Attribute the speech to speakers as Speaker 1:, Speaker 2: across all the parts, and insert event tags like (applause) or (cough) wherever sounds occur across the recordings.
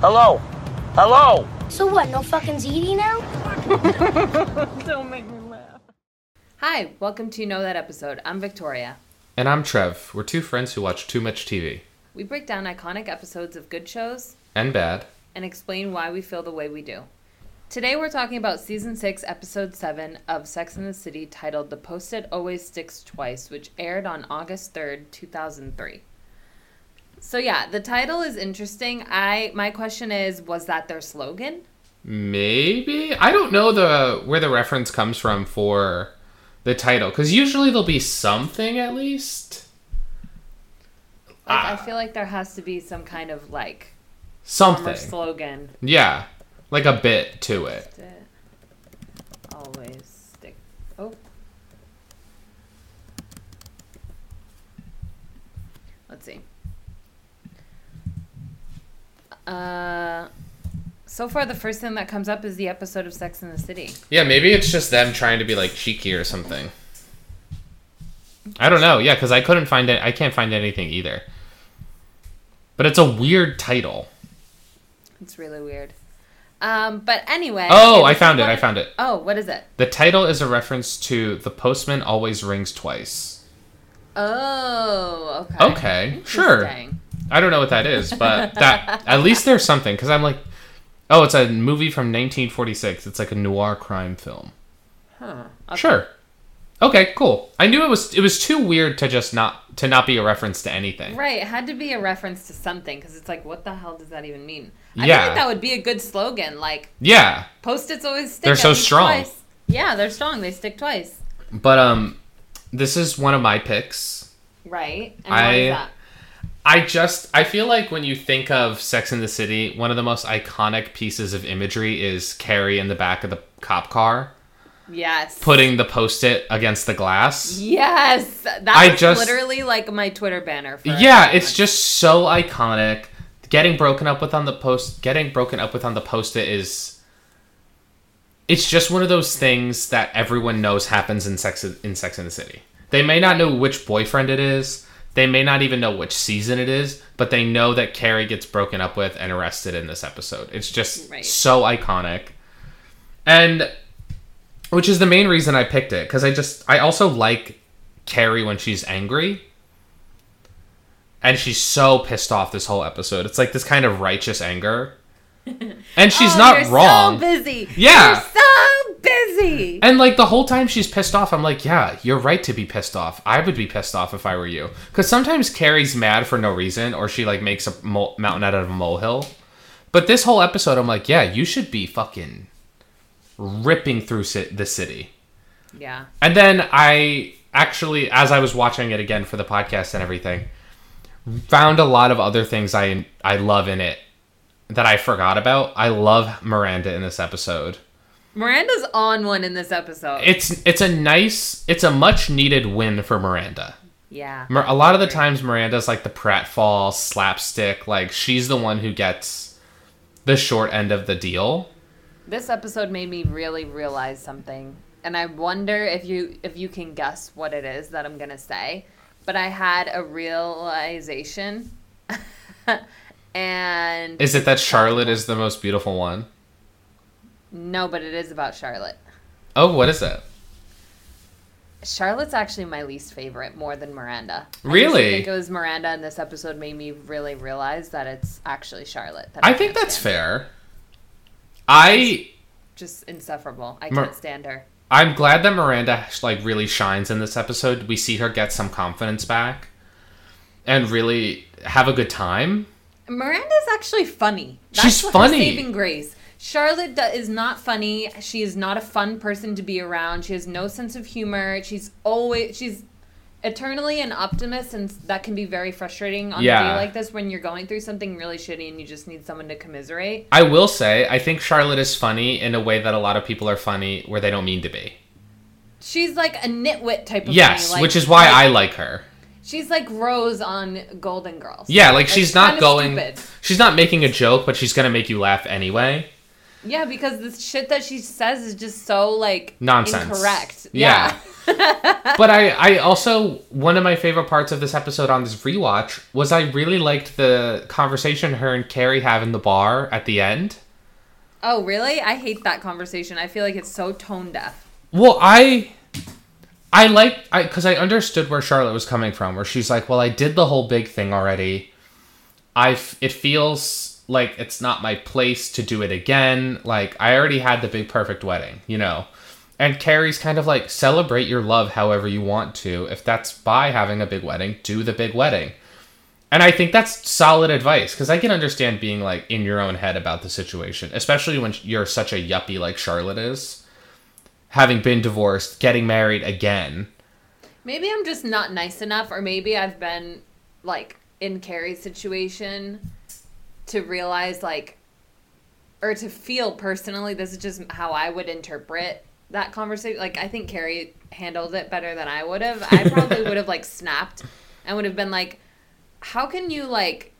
Speaker 1: Hello? Hello?
Speaker 2: So what, no fucking ZD now?
Speaker 3: Don't make me laugh.
Speaker 4: Hi, welcome to Know That Episode. I'm Victoria.
Speaker 5: And I'm Trev. We're two friends who watch too much TV.
Speaker 4: We break down iconic episodes of good shows
Speaker 5: And bad.
Speaker 4: and explain why we feel the way we do. Today we're talking about season 6, episode 7 of Sex and the City titled The Post-it Always Sticks Twice, which aired on August 3rd, 2003. So yeah, the title is interesting. I my question is was that their slogan?
Speaker 5: Maybe? I don't know the where the reference comes from for the title, because usually there'll be something at least.
Speaker 4: Like I feel like there has to be some kind of like summer
Speaker 5: Something.
Speaker 4: slogan.
Speaker 5: Yeah. Like a bit to it.
Speaker 4: that always stick. Oh. Let's see. Uh, so far the first thing that comes up is the episode of Sex in the City.
Speaker 5: Yeah, maybe it's just them trying to be like cheeky or something. I don't know. Yeah, because I couldn't find it. I can't find anything either. But it's a weird title.
Speaker 4: It's really weird. Um, but anyway.
Speaker 5: Oh, I
Speaker 4: was
Speaker 5: found it. I
Speaker 4: important-
Speaker 5: found it.
Speaker 4: Oh, what is it?
Speaker 5: The title is a reference to The Postman Always Rings Twice.
Speaker 4: Oh, okay.
Speaker 5: Okay, sure.
Speaker 4: Interesting.
Speaker 5: I don't know what that is, but that
Speaker 4: (laughs)
Speaker 5: at least there's something because I'm like, oh, it's a movie from 1946. It's like a noir crime film. Sure. Okay, cool. I knew it was it was too weird to just not to not be a reference to anything.
Speaker 4: Right, it had to be a reference to something because it's like, what the hell does that even mean? I feel
Speaker 5: Yeah.
Speaker 4: like that would be a good slogan. Like,
Speaker 5: Yeah,
Speaker 4: post-its always stick.
Speaker 5: They're
Speaker 4: at
Speaker 5: so
Speaker 4: least
Speaker 5: strong.
Speaker 4: Twice. Yeah, they're strong. They stick twice.
Speaker 5: but um, this is one of my picks.
Speaker 4: Right. And
Speaker 5: I-
Speaker 4: why is that?
Speaker 5: I just I feel like when you think of Sex in the City, one of the most iconic pieces of imagery is Carrie in the back of the cop car.
Speaker 4: Yes.
Speaker 5: putting the post it against the glass.
Speaker 4: Yes, that
Speaker 5: I
Speaker 4: was
Speaker 5: just-
Speaker 4: literally like my Twitter banner. For
Speaker 5: Yeah, it's just so iconic. Getting broken up with on the post getting broken up with on the post it is it's just one of those things that everyone knows happens in Sex in Sex in the City. They may not know which boyfriend it is. They may not even know which season it is, but they know that Carrie gets broken up with and arrested in this episode. It's just
Speaker 4: Right.
Speaker 5: so iconic. And which is the main reason I picked it because I just I also like Carrie when she's angry, and she's so pissed off this whole episode. It's like this kind of
Speaker 4: (laughs)
Speaker 5: righteous anger, and she's
Speaker 4: Oh,
Speaker 5: not
Speaker 4: you're So
Speaker 5: wrong.
Speaker 4: busy.
Speaker 5: Yeah.
Speaker 4: You're so busy.
Speaker 5: and like the whole time she's pissed off, I'm like, yeah, you're right to be pissed off. I would be pissed off if I were you. Because sometimes Carrie's mad for no reason, or she like makes a mo- mountain out of a molehill. But this whole episode, I'm like, yeah, you should be fucking ripping through ci- the city.
Speaker 4: Yeah.
Speaker 5: And then I actually, as I was watching it again for the podcast and everything, found a lot of other things I I love in it that I forgot about. I love Miranda in this episode.
Speaker 4: Miranda's on one in this episode.
Speaker 5: It's it's a nice, it's a much needed win for Miranda.
Speaker 4: yeah.
Speaker 5: Mir- a lot of the times Miranda's like the pratfall slapstick, like she's the one who gets the short end of the deal.
Speaker 4: This episode made me really realize something, and I wonder if you if you can guess what it is that I'm gonna say. But I had a realization, (laughs) and
Speaker 5: Is it that Charlotte is the most beautiful one?
Speaker 4: no, but it is about Charlotte.
Speaker 5: Oh, what is that?
Speaker 4: Charlotte's actually my least favorite, more than Miranda. I
Speaker 5: Really?
Speaker 4: I think it was Miranda, and this episode made me really realize that it's actually Charlotte. That
Speaker 5: I
Speaker 4: can't
Speaker 5: think that's
Speaker 4: stand.
Speaker 5: fair. I
Speaker 4: Just insufferable. I
Speaker 5: Mir-
Speaker 4: can't stand her.
Speaker 5: I'm glad that Miranda like really shines in this episode. We see her get some confidence back and really have a good time.
Speaker 4: Miranda's actually funny.
Speaker 5: She's
Speaker 4: what her
Speaker 5: funny.
Speaker 4: saving grace. Charlotte do- is not funny. She is not a fun person to be around. She has no sense of humor. She's always she's eternally an optimist, and that can be very frustrating on a
Speaker 5: Yeah.
Speaker 4: day like this when you're going through something really shitty and you just need someone to commiserate.
Speaker 5: I will say, I think Charlotte is funny in a way that a lot of people are funny where they don't mean to be.
Speaker 4: She's like a nitwit type of
Speaker 5: yes,
Speaker 4: funny, like-
Speaker 5: which is why
Speaker 4: like-
Speaker 5: I like her.
Speaker 4: she's like Rose on Golden Girls.
Speaker 5: Yeah, like she's not
Speaker 4: kinda
Speaker 5: going
Speaker 4: stupid. (laughs)
Speaker 5: she's not making a joke, but she's going to make you laugh anyway.
Speaker 4: Yeah, because the shit that she says is just so like
Speaker 5: Nonsense.
Speaker 4: Incorrect.
Speaker 5: Yeah. but I, I also one of my favorite parts of this episode on this rewatch was I really liked the conversation her and Carrie have in the bar at the end.
Speaker 4: oh, really? I hate that conversation. I feel like it's so tone deaf.
Speaker 5: Well, I I like I because I understood where Charlotte was coming from, where she's like, "Well, I did the whole big thing already. I f- it feels like it's not my place to do it again. Like I already had the big perfect wedding, you know." And Carrie's kind of like, "Celebrate your love however you want to. If that's by having a big wedding, do the big wedding." And I think that's solid advice because I can understand being like in your own head about the situation, especially when you're such a yuppie like Charlotte is having been divorced, getting married again.
Speaker 4: Maybe I'm just not nice enough, or maybe I've been like in Carrie's situation to realize like or to feel personally this is just how I would interpret that conversation. Like I think Carrie handled it better than I would have. I (laughs) probably would have like snapped and would have been like, How can you like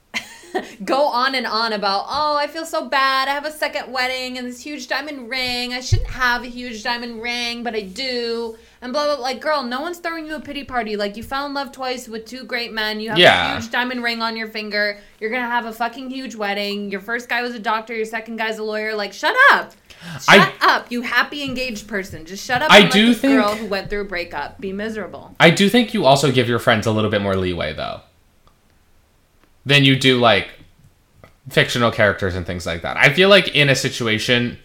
Speaker 4: (laughs) go on and on about, oh, I feel so bad. I have a second wedding and this huge diamond ring. I shouldn't have a huge diamond ring, but I do. And blah, blah, blah. Like, girl, no one's throwing you a pity party. Like, you fell in love twice with two great men. You have
Speaker 5: Yeah.
Speaker 4: a huge diamond ring on your finger. You're going to have a fucking huge wedding. Your first guy was a doctor. Your second guy's a lawyer. Like, shut up. Shut
Speaker 5: I-
Speaker 4: up, you happy engaged person. Just shut up.
Speaker 5: I
Speaker 4: and let
Speaker 5: do
Speaker 4: this
Speaker 5: think-
Speaker 4: girl who went through a breakup be miserable.
Speaker 5: I do think you also give your friends a little bit more leeway though. Than you do like fictional characters and things like that. I feel like in a situation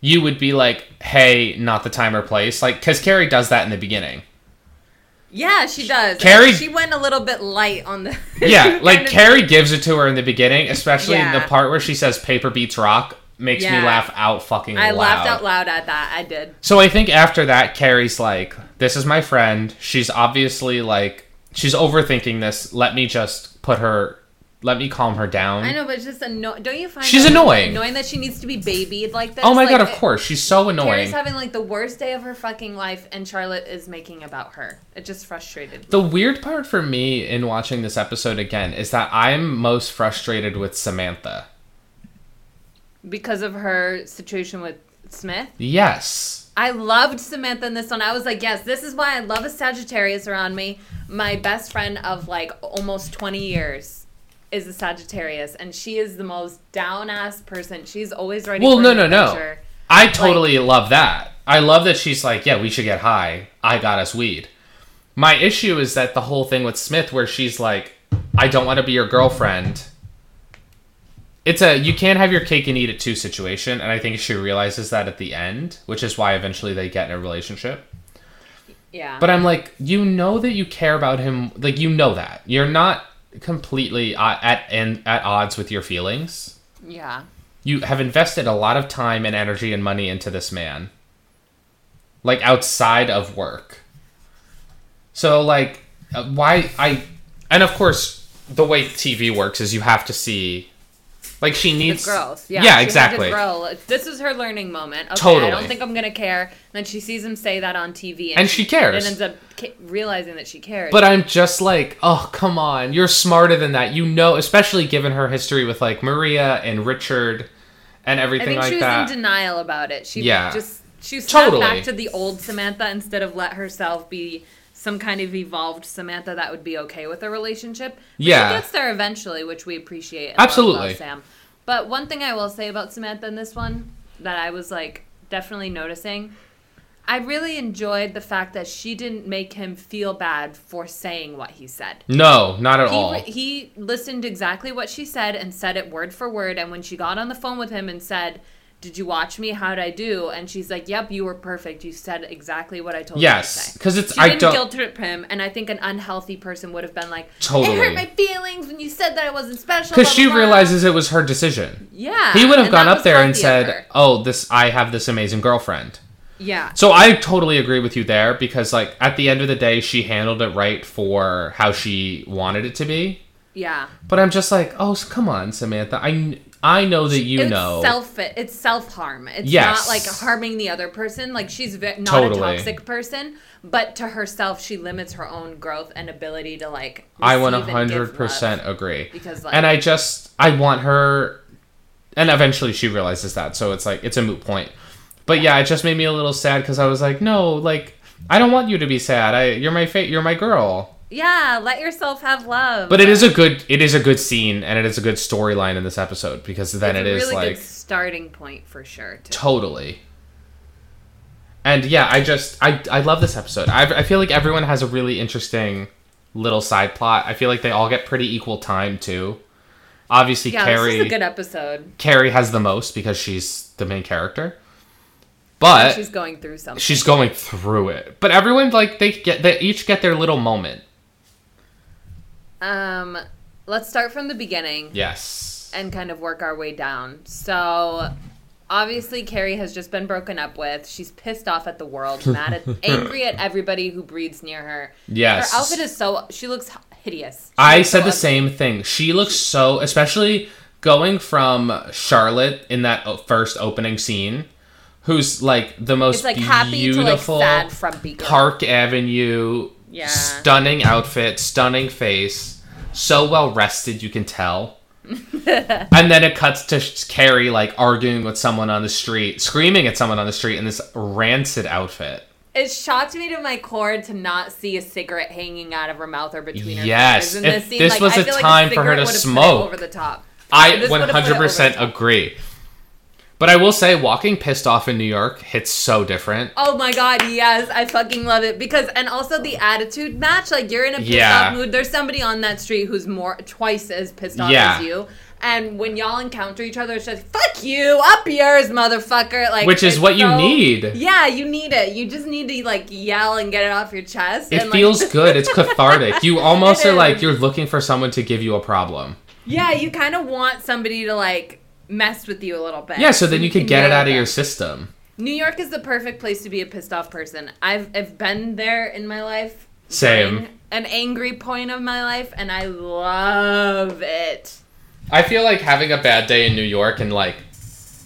Speaker 5: you would be like, "Hey, not the time or place." Like cuz Carrie does that in
Speaker 4: (laughs)
Speaker 5: the beginning.
Speaker 4: Yeah, she does.
Speaker 5: Carrie-
Speaker 4: she went a little bit light on the. (laughs)
Speaker 5: Yeah, like
Speaker 4: kind of-
Speaker 5: Carrie gives it to her in the beginning, especially in the
Speaker 4: Yeah.
Speaker 5: part where she says paper beats rock makes
Speaker 4: Yeah.
Speaker 5: me laugh out fucking
Speaker 4: I
Speaker 5: loud.
Speaker 4: laughed out loud at that. I did.
Speaker 5: So I think after that, Carrie's like, "This is my friend. She's obviously like, she's overthinking this. Let me just put her, let me calm her down."
Speaker 4: I know, but it's just annoying. Don't you find
Speaker 5: She's
Speaker 4: that
Speaker 5: annoying.
Speaker 4: Annoying that she needs to be babied like this.
Speaker 5: Oh my
Speaker 4: Like,
Speaker 5: god! Of
Speaker 4: it-
Speaker 5: course, she's so annoying.
Speaker 4: Carrie's having like the worst day of her fucking life, and Charlotte is making about her. It just frustrated. me.
Speaker 5: the weird part for me in watching this episode again is that I'm most frustrated with Samantha.
Speaker 4: because of her situation with Smith.
Speaker 5: Yes.
Speaker 4: I loved Samantha in this one. I was like, yes, this is why I love a Sagittarius around me. My best friend of like almost 20 years is a Sagittarius, and she is the most down ass person. She's always ready.
Speaker 5: Well,
Speaker 4: for
Speaker 5: no,
Speaker 4: an
Speaker 5: no, no.
Speaker 4: adventure.
Speaker 5: I totally love that. I love that she's like, yeah, we should get high. I got us weed. My issue is that the whole thing with Smith, where she's like, I don't want to be your girlfriend. It's a you can't have your cake and eat it too situation, and I think she realizes that at the end, which is why eventually they get in a relationship.
Speaker 4: Yeah,
Speaker 5: But I'm like, you know that you care about him, like you know that you're not completely uh, at and at odds with your feelings
Speaker 4: yeah.
Speaker 5: you have invested a lot of time and energy and money into this man like outside of work so like uh, why i and of course the way tv works is you have to see like she
Speaker 4: The
Speaker 5: needs
Speaker 4: growth. Yeah,
Speaker 5: yeah,
Speaker 4: she had to
Speaker 5: exactly
Speaker 4: grow. This is her learning moment. Okay, I
Speaker 5: Totally.
Speaker 4: don't think I'm gonna care. And then she sees him say that on TV,
Speaker 5: And she cares.
Speaker 4: and ends up ca- realizing that she cares.
Speaker 5: but i'm just like oh come on you're smarter than that you know especially given her history with like maria and richard and
Speaker 4: I
Speaker 5: everything
Speaker 4: think
Speaker 5: like
Speaker 4: she was
Speaker 5: that
Speaker 4: in denial about it. She
Speaker 5: Yeah.
Speaker 4: just she snapped
Speaker 5: Totally.
Speaker 4: back to the old Samantha instead of let herself be some kind of evolved Samantha that would be okay with a relationship. But
Speaker 5: Yeah.
Speaker 4: she gets there eventually, which we appreciate. And love
Speaker 5: Absolutely.
Speaker 4: about Sam. But one thing I will say about Samantha in this one that I was like definitely noticing. I really enjoyed the fact that she didn't make him feel bad for saying what he said
Speaker 5: no not at
Speaker 4: he,
Speaker 5: all
Speaker 4: he listened exactly what she said and said it word for word. And when she got on the phone with him and said, "Did you watch me? How'd I do?" and she's like, "Yep, you were perfect. You said exactly what I told you to
Speaker 5: yes
Speaker 4: say."
Speaker 5: because it's
Speaker 4: She
Speaker 5: i
Speaker 4: didn't
Speaker 5: don't
Speaker 4: guilt trip him, and I think an unhealthy person would have been like, "It
Speaker 5: Totally.
Speaker 4: hurt my feelings when you said that I wasn't special."
Speaker 5: because
Speaker 4: blah,
Speaker 5: she
Speaker 4: blah, blah."
Speaker 5: realizes it was her decision
Speaker 4: yeah,
Speaker 5: he would have
Speaker 4: and
Speaker 5: gone
Speaker 4: that
Speaker 5: up
Speaker 4: was
Speaker 5: there and
Speaker 4: healthy of
Speaker 5: said,
Speaker 4: her.
Speaker 5: "Oh, this I have this amazing girlfriend."
Speaker 4: "Yeah,
Speaker 5: So I totally agree with you there because like at the end of the day she handled it right for how she wanted it to be.
Speaker 4: yeah."
Speaker 5: But I'm just like, "Oh, s- come on, Samantha. I kn- I know that you
Speaker 4: it's
Speaker 5: know."
Speaker 4: self it's self harm it's
Speaker 5: Yes.
Speaker 4: not like harming the other person like she's ve- not
Speaker 5: Totally.
Speaker 4: a toxic person but to herself she limits her own growth and ability to like
Speaker 5: I want
Speaker 4: receive and give love.
Speaker 5: 100% agree.
Speaker 4: Because, like-
Speaker 5: and I just I want her and eventually she realizes that. So it's like it's a moot point. But yeah, it just made me a little sad because I was like, no, like I don't want you to be sad. I you're my fa- you're my girl.
Speaker 4: Yeah, let yourself have love.
Speaker 5: But it is a good it is a good scene and it is a good storyline in this episode because then
Speaker 4: It's
Speaker 5: it
Speaker 4: a
Speaker 5: is
Speaker 4: really
Speaker 5: like
Speaker 4: good starting point for sure. too.
Speaker 5: totally. And yeah, I just I I love this episode. I I feel like everyone has a really interesting little side plot. I feel like they all get pretty equal time too. Obviously,
Speaker 4: yeah,
Speaker 5: Carrie
Speaker 4: this is a good episode.
Speaker 5: Carrie has the most because she's the main character. But
Speaker 4: She's going through something.
Speaker 5: she's going through it. But everyone like they get they each get their little moment.
Speaker 4: Um, let's start from the beginning
Speaker 5: Yes.
Speaker 4: and kind of work our way down. So, obviously, Carrie has just been broken up with. She's pissed off at the
Speaker 5: (laughs)
Speaker 4: world, mad at, angry at everybody who breathes near her.
Speaker 5: Yes.
Speaker 4: Her outfit is so. She looks hideous. She
Speaker 5: I
Speaker 4: looks so
Speaker 5: said the
Speaker 4: ugly.
Speaker 5: same thing. She looks so, especially going from Charlotte in that o- first opening scene, who's like the most
Speaker 4: It's like happy to like
Speaker 5: beautiful
Speaker 4: sad frumpy girl.
Speaker 5: Park Avenue,
Speaker 4: Yeah.
Speaker 5: stunning outfit, stunning face, so well rested you
Speaker 4: (laughs)
Speaker 5: can tell. and then it cuts to Sh- Carrie like arguing with someone on the street, screaming at someone on the street in this rancid outfit.
Speaker 4: It shocked me to my core to not see a cigarette hanging out of her mouth or between her
Speaker 5: Yes,
Speaker 4: fingers. in
Speaker 5: if
Speaker 4: this, scene,
Speaker 5: this
Speaker 4: like,
Speaker 5: was
Speaker 4: I
Speaker 5: a
Speaker 4: feel like
Speaker 5: time for her
Speaker 4: cigarette
Speaker 5: to
Speaker 4: would've put it
Speaker 5: smoke.
Speaker 4: over the top.
Speaker 5: I
Speaker 4: This
Speaker 5: 100%
Speaker 4: would've put it over the top.
Speaker 5: agree. But I will say, walking pissed off in New York hits so different.
Speaker 4: Oh my god, yes, I fucking love it because and also the attitude match. Like you're in a pissed
Speaker 5: Yeah.
Speaker 4: off mood. There's somebody on that street who's more twice as pissed off
Speaker 5: Yeah.
Speaker 4: as you. And when y'all encounter each other, it's just fuck you, up yours, motherfucker. Like
Speaker 5: Which is
Speaker 4: it's
Speaker 5: what you
Speaker 4: so-
Speaker 5: need.
Speaker 4: Yeah, you need it. You just need to like yell and get it off your chest.
Speaker 5: It
Speaker 4: and, like,
Speaker 5: feels good. It's cathartic. You almost
Speaker 4: It
Speaker 5: are like
Speaker 4: is.
Speaker 5: you're looking for someone to give you a problem.
Speaker 4: (laughs) Yeah, you kind of want somebody to like mess with you a little bit.
Speaker 5: Yeah, so then you can get it
Speaker 4: yell
Speaker 5: out of
Speaker 4: at
Speaker 5: your
Speaker 4: them.
Speaker 5: system.
Speaker 4: New York is the perfect place to be a pissed off person. I've I've been there in my life.
Speaker 5: Same.
Speaker 4: Been An angry point of my life, and I love it.
Speaker 5: I feel like having a bad day in New York and like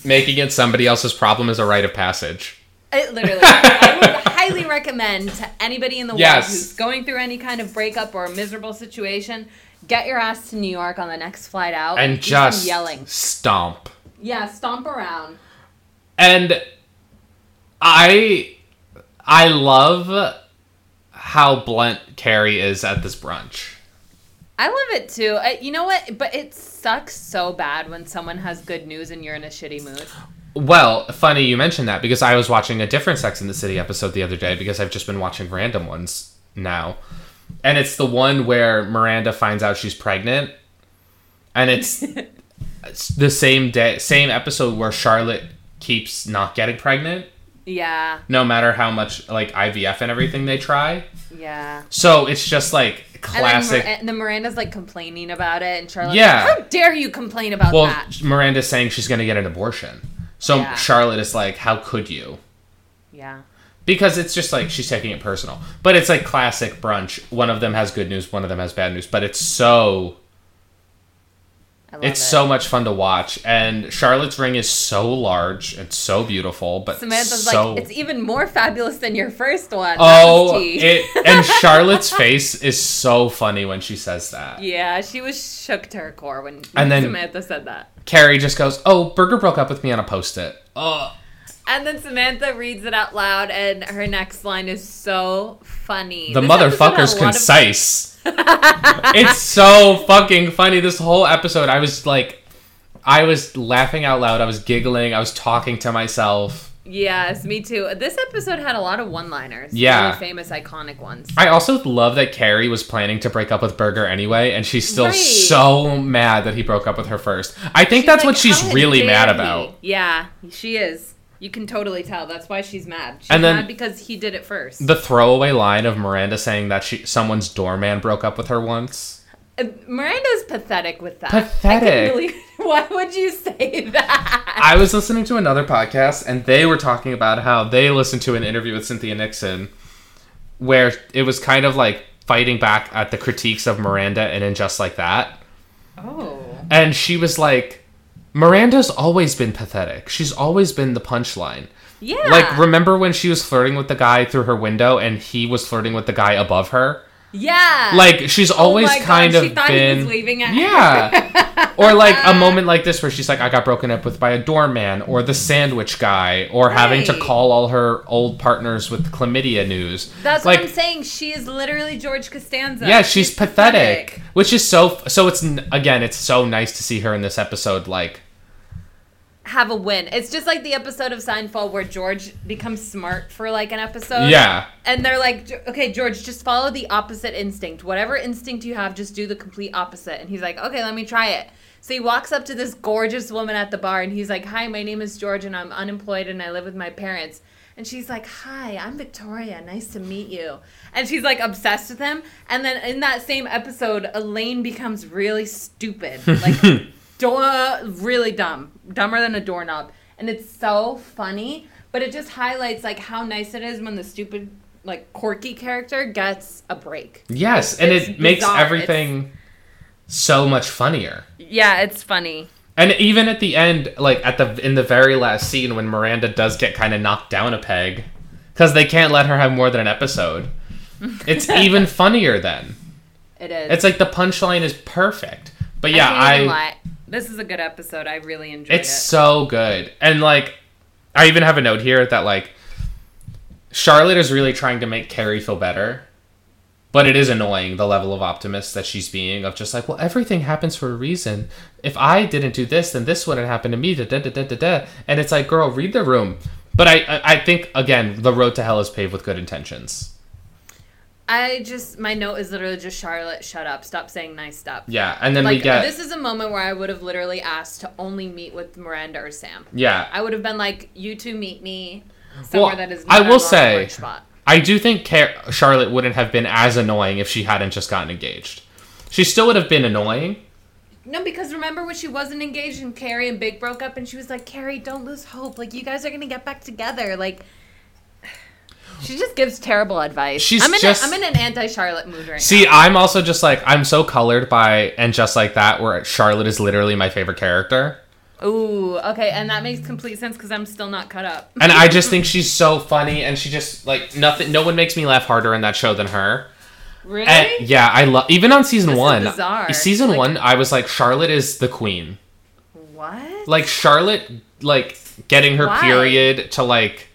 Speaker 5: making it somebody else's problem is a rite of passage.
Speaker 4: It literally, I
Speaker 5: (laughs)
Speaker 4: would highly recommend to anybody in the world
Speaker 5: Yes.
Speaker 4: who's going through any kind of breakup or a miserable situation, get your ass to New York on the next flight out
Speaker 5: And
Speaker 4: do some
Speaker 5: just
Speaker 4: yelling.
Speaker 5: stomp.
Speaker 4: Yeah, stomp around.
Speaker 5: and i i love how blunt carrie is at this brunch
Speaker 4: I love it too. I, you know what? But it sucks so bad when someone has good news and you're in a shitty mood.
Speaker 5: well funny you mentioned that because i was watching a different sex in the city episode the other day because i've just been watching random ones now and it's the one where miranda finds out she's pregnant
Speaker 4: (laughs)
Speaker 5: and it's it's the same day same episode where charlotte keeps not getting pregnant
Speaker 4: Yeah,
Speaker 5: no matter how much like ivf and everything they try
Speaker 4: yeah.
Speaker 5: so it's just like
Speaker 4: And then,
Speaker 5: classic
Speaker 4: Mir- and then Miranda's like complaining about it, and Charlotte's
Speaker 5: Yeah.
Speaker 4: like, "How dare you complain about
Speaker 5: Well,
Speaker 4: that?"
Speaker 5: Miranda's saying she's going to get an abortion. So
Speaker 4: Yeah.
Speaker 5: Charlotte is like, how could you?
Speaker 4: Yeah,
Speaker 5: Because it's just like she's taking it personal. But it's like classic brunch. One of them has good news, one of them has bad news. But it's so
Speaker 4: I love
Speaker 5: it's
Speaker 4: it.
Speaker 5: so much fun to watch. And Charlotte's ring is so large and so beautiful, but
Speaker 4: Samantha's
Speaker 5: so
Speaker 4: like, "It's even more fabulous than your first one." That was
Speaker 5: Oh,
Speaker 4: tea. (laughs)
Speaker 5: it and Charlotte's face is so funny when she says that.
Speaker 4: yeah, she was shook to her core when
Speaker 5: And then-
Speaker 4: Samantha said that.
Speaker 5: Carrie just goes, "Oh, Burger broke up with me on a post-it." Oh,
Speaker 4: And then Samantha reads it out loud, and her next line is so funny.
Speaker 5: The
Speaker 4: This episode had a
Speaker 5: motherfucker's
Speaker 4: lot of- (laughs)
Speaker 5: concise. it's so fucking funny. This whole episode, I was like, I was laughing out loud. I was giggling. I was talking to myself.
Speaker 4: Yes, me too. This episode had a lot of one-liners.
Speaker 5: Yeah.
Speaker 4: really famous, iconic ones.
Speaker 5: I also love that Carrie was planning to break up with Berger anyway, and she's still
Speaker 4: Right.
Speaker 5: so mad that he broke up with her first. I think that's what
Speaker 4: like,
Speaker 5: she's
Speaker 4: "How
Speaker 5: really
Speaker 4: dare
Speaker 5: mad
Speaker 4: he?"
Speaker 5: about.
Speaker 4: Yeah, she is. You can totally tell. That's why she's mad. She's
Speaker 5: And then-
Speaker 4: mad because he did it first.
Speaker 5: The throwaway line of Miranda saying that she someone's doorman broke up with her once.
Speaker 4: Uh, Miranda's pathetic with that. I
Speaker 5: Pathetic.
Speaker 4: couldn't believe. (laughs) Why would you say that?
Speaker 5: I was listening to another podcast and they were talking about how they listened to an interview with Cynthia Nixon where it was kind of like fighting back at the critiques of Miranda and in just like that.
Speaker 4: Oh.
Speaker 5: And she was like, Miranda's always been pathetic. She's always been the punchline.
Speaker 4: Yeah.
Speaker 5: Like, remember when she was flirting with the guy through her window and he was flirting with the guy above her?
Speaker 4: Yeah.
Speaker 5: Like she's always
Speaker 4: Oh my God,
Speaker 5: kind of
Speaker 4: she thought he
Speaker 5: been
Speaker 4: was leaving at-
Speaker 5: yeah. or like
Speaker 4: (laughs)
Speaker 5: a moment like this where she's like, I got broken up with by a doorman or the sandwich guy or having to
Speaker 4: Right.
Speaker 5: call all her old partners with chlamydia news.
Speaker 4: That's
Speaker 5: like,
Speaker 4: what I'm saying. She is literally George Costanza.
Speaker 5: Yeah, she's, pathetic, which is so. So it's n- again, it's so nice to see her in this episode. Like,
Speaker 4: Have a win. It's just like the episode of Seinfeld where George becomes smart for like an episode.
Speaker 5: yeah,
Speaker 4: And they're like, "Ge- okay, George, just follow the opposite instinct. Whatever instinct you have, just do the complete opposite. And he's like, okay, let me try it. So he walks up to this gorgeous woman at the bar and he's like, hi, my name is George and I'm unemployed and I live with my parents. And she's like, hi, I'm Victoria. Nice to meet you. And she's like obsessed with him. And then in that same episode, Elaine becomes really stupid. Like, duh, really dumb, dumber than a doorknob, and it's so funny. But it just highlights like how nice it is when the stupid, like quirky character gets a break.
Speaker 5: yes, and
Speaker 4: It's
Speaker 5: it makes
Speaker 4: bizarre.
Speaker 5: everything so much funnier.
Speaker 4: Yeah, it's funny.
Speaker 5: And even at the end, like at the in the very last scene when Miranda does get kind of knocked down a peg, because they can't let her have more than an episode.
Speaker 4: (laughs)
Speaker 5: It's even funnier then.
Speaker 4: It is.
Speaker 5: It's like the punchline is perfect. But
Speaker 4: I.
Speaker 5: yeah,
Speaker 4: can't even
Speaker 5: I
Speaker 4: lie. This is a good episode. I really enjoyed
Speaker 5: It's
Speaker 4: it.
Speaker 5: so good. And like I even have a note here that like Charlotte is really trying to make Carrie feel better. But it is annoying the level of optimist that she's being of just like, well, everything happens for a reason. If I didn't do this, then this wouldn't happen to me. Da, da, da, da, da, da. And it's like, girl, read the room. But I, I I think again, the road to hell is paved with good intentions.
Speaker 4: I just my note is literally just Charlotte, shut up, stop saying nice stuff.
Speaker 5: Yeah, and then
Speaker 4: Like
Speaker 5: we get
Speaker 4: this is a moment where I would have literally asked to only meet with Miranda or Sam.
Speaker 5: yeah.
Speaker 4: I would have been like, you two meet me somewhere
Speaker 5: Well,
Speaker 4: that is.
Speaker 5: I
Speaker 4: not
Speaker 5: will
Speaker 4: a lost
Speaker 5: say-
Speaker 4: lunch spot.
Speaker 5: I do think Car- Charlotte wouldn't have been as annoying if she hadn't just gotten engaged. She still would have been annoying.
Speaker 4: No, because remember when she wasn't engaged and Carrie and Big broke up, and she was like, "Carrie, don't lose hope. Like you guys are gonna get back together." Like (sighs) she just gives terrible advice.
Speaker 5: She's
Speaker 4: I'm in
Speaker 5: just-
Speaker 4: a, I'm in an anti-Charlotte mood right
Speaker 5: See, I'm also just like I'm so colored by and just like that where Charlotte is literally my favorite character.
Speaker 4: now. Ooh, okay, and that makes complete sense because I'm still not cut
Speaker 5: (laughs)
Speaker 4: up.
Speaker 5: And I just think she's so funny and she just like nothing no one makes me laugh harder in that show than her.
Speaker 4: Really?
Speaker 5: And yeah, I love even on season
Speaker 4: This is
Speaker 5: 1.
Speaker 4: bizarre.
Speaker 5: Season
Speaker 4: Like-
Speaker 5: 1, I was like Charlotte is the queen.
Speaker 4: what?
Speaker 5: like Charlotte like getting her
Speaker 4: Why?
Speaker 5: period to like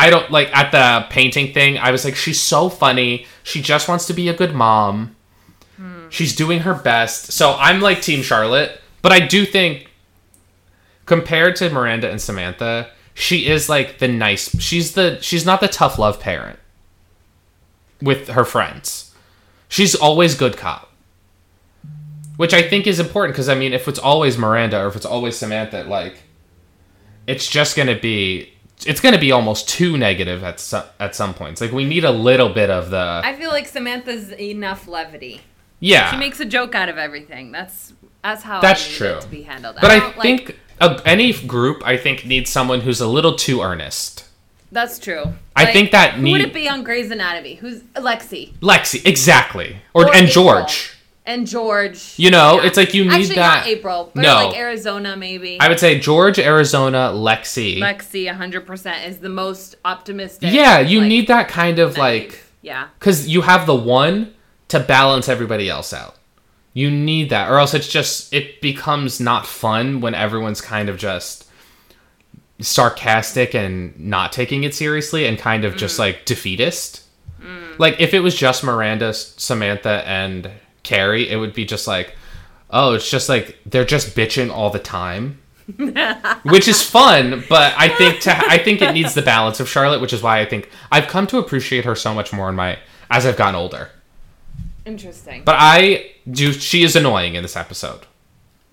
Speaker 5: I don't like at the painting thing. I was like she's so funny. She just wants to be a good mom. She's doing her best. So I'm like team Charlotte, but I do think compared to Miranda and Samantha, she is like the nice. She's the she's not the tough love parent with her friends. She's always good cop. Which I think is important because I mean, if it's always Miranda or if it's always Samantha, like, it's just gonna be it's gonna be almost too negative at some at some points. Like, we need a little bit of the
Speaker 4: I feel like Samantha's enough levity.
Speaker 5: yeah.
Speaker 4: She makes a joke out of everything. That's that's how I
Speaker 5: That's
Speaker 4: need
Speaker 5: true.
Speaker 4: It to be handled.
Speaker 5: but I
Speaker 4: don't, like-
Speaker 5: think uh, any group I think needs someone who's a little too earnest.
Speaker 4: that's true.
Speaker 5: I
Speaker 4: Like,
Speaker 5: think that
Speaker 4: who
Speaker 5: need-
Speaker 4: would it be on Grey's Anatomy? Who's Lexi
Speaker 5: Lexi, exactly, or,
Speaker 4: Or
Speaker 5: and
Speaker 4: April.
Speaker 5: George.
Speaker 4: and George?
Speaker 5: You know, it's like you need
Speaker 4: Actually,
Speaker 5: that.
Speaker 4: not April, but
Speaker 5: No.
Speaker 4: like Arizona maybe.
Speaker 5: I would say George, Arizona, Lexi.
Speaker 4: Lexi, hundred percent, is the most optimistic.
Speaker 5: yeah, you
Speaker 4: like,
Speaker 5: need that kind of
Speaker 4: naive.
Speaker 5: like
Speaker 4: Yeah,
Speaker 5: because you have the one to balance everybody else out. You need that, or else it's just it becomes not fun when everyone's kind of just sarcastic and not taking it seriously and kind of just like defeatist. Like if it was just Miranda, S- Samantha, and Carrie, it would be just like, oh, it's just like they're just bitching all the time. which is fun, but I think to, I think it needs the balance of Charlotte, which is why I think I've come to appreciate her so much more in my as I've gotten older.
Speaker 4: interesting.
Speaker 5: But I do she is annoying in this episode.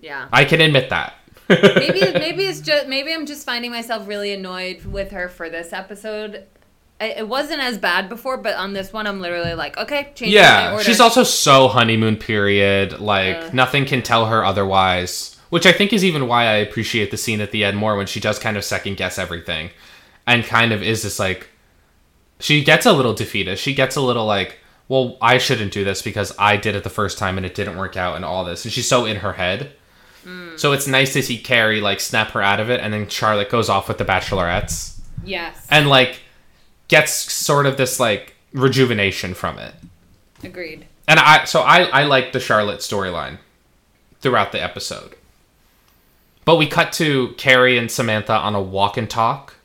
Speaker 4: yeah,
Speaker 5: I can admit that.
Speaker 4: maybe maybe it's just maybe I'm just finding myself really annoyed with her for this episode. I, it wasn't as bad before, but on this one, I'm literally like, okay, change my
Speaker 5: Yeah,
Speaker 4: order.
Speaker 5: she's also so honeymoon period. Like
Speaker 4: Ugh.
Speaker 5: nothing can tell her otherwise, which I think is even why I appreciate the scene at the end more when she does kind of second guess everything, and kind of is this like, she gets a little defeatist. She gets a little like, well, I shouldn't do this because I did it the first time and it didn't work out and all this, and she's so in her head.
Speaker 4: Hmm.
Speaker 5: So it's nice to see Carrie like snap her out of it, and then Charlotte goes off with the Bachelorettes
Speaker 4: yes.
Speaker 5: and like gets sort of this like rejuvenation from it.
Speaker 4: Agreed.
Speaker 5: And I so I I like the Charlotte storyline throughout the episode. But we cut to Carrie and Samantha on a walk and talk.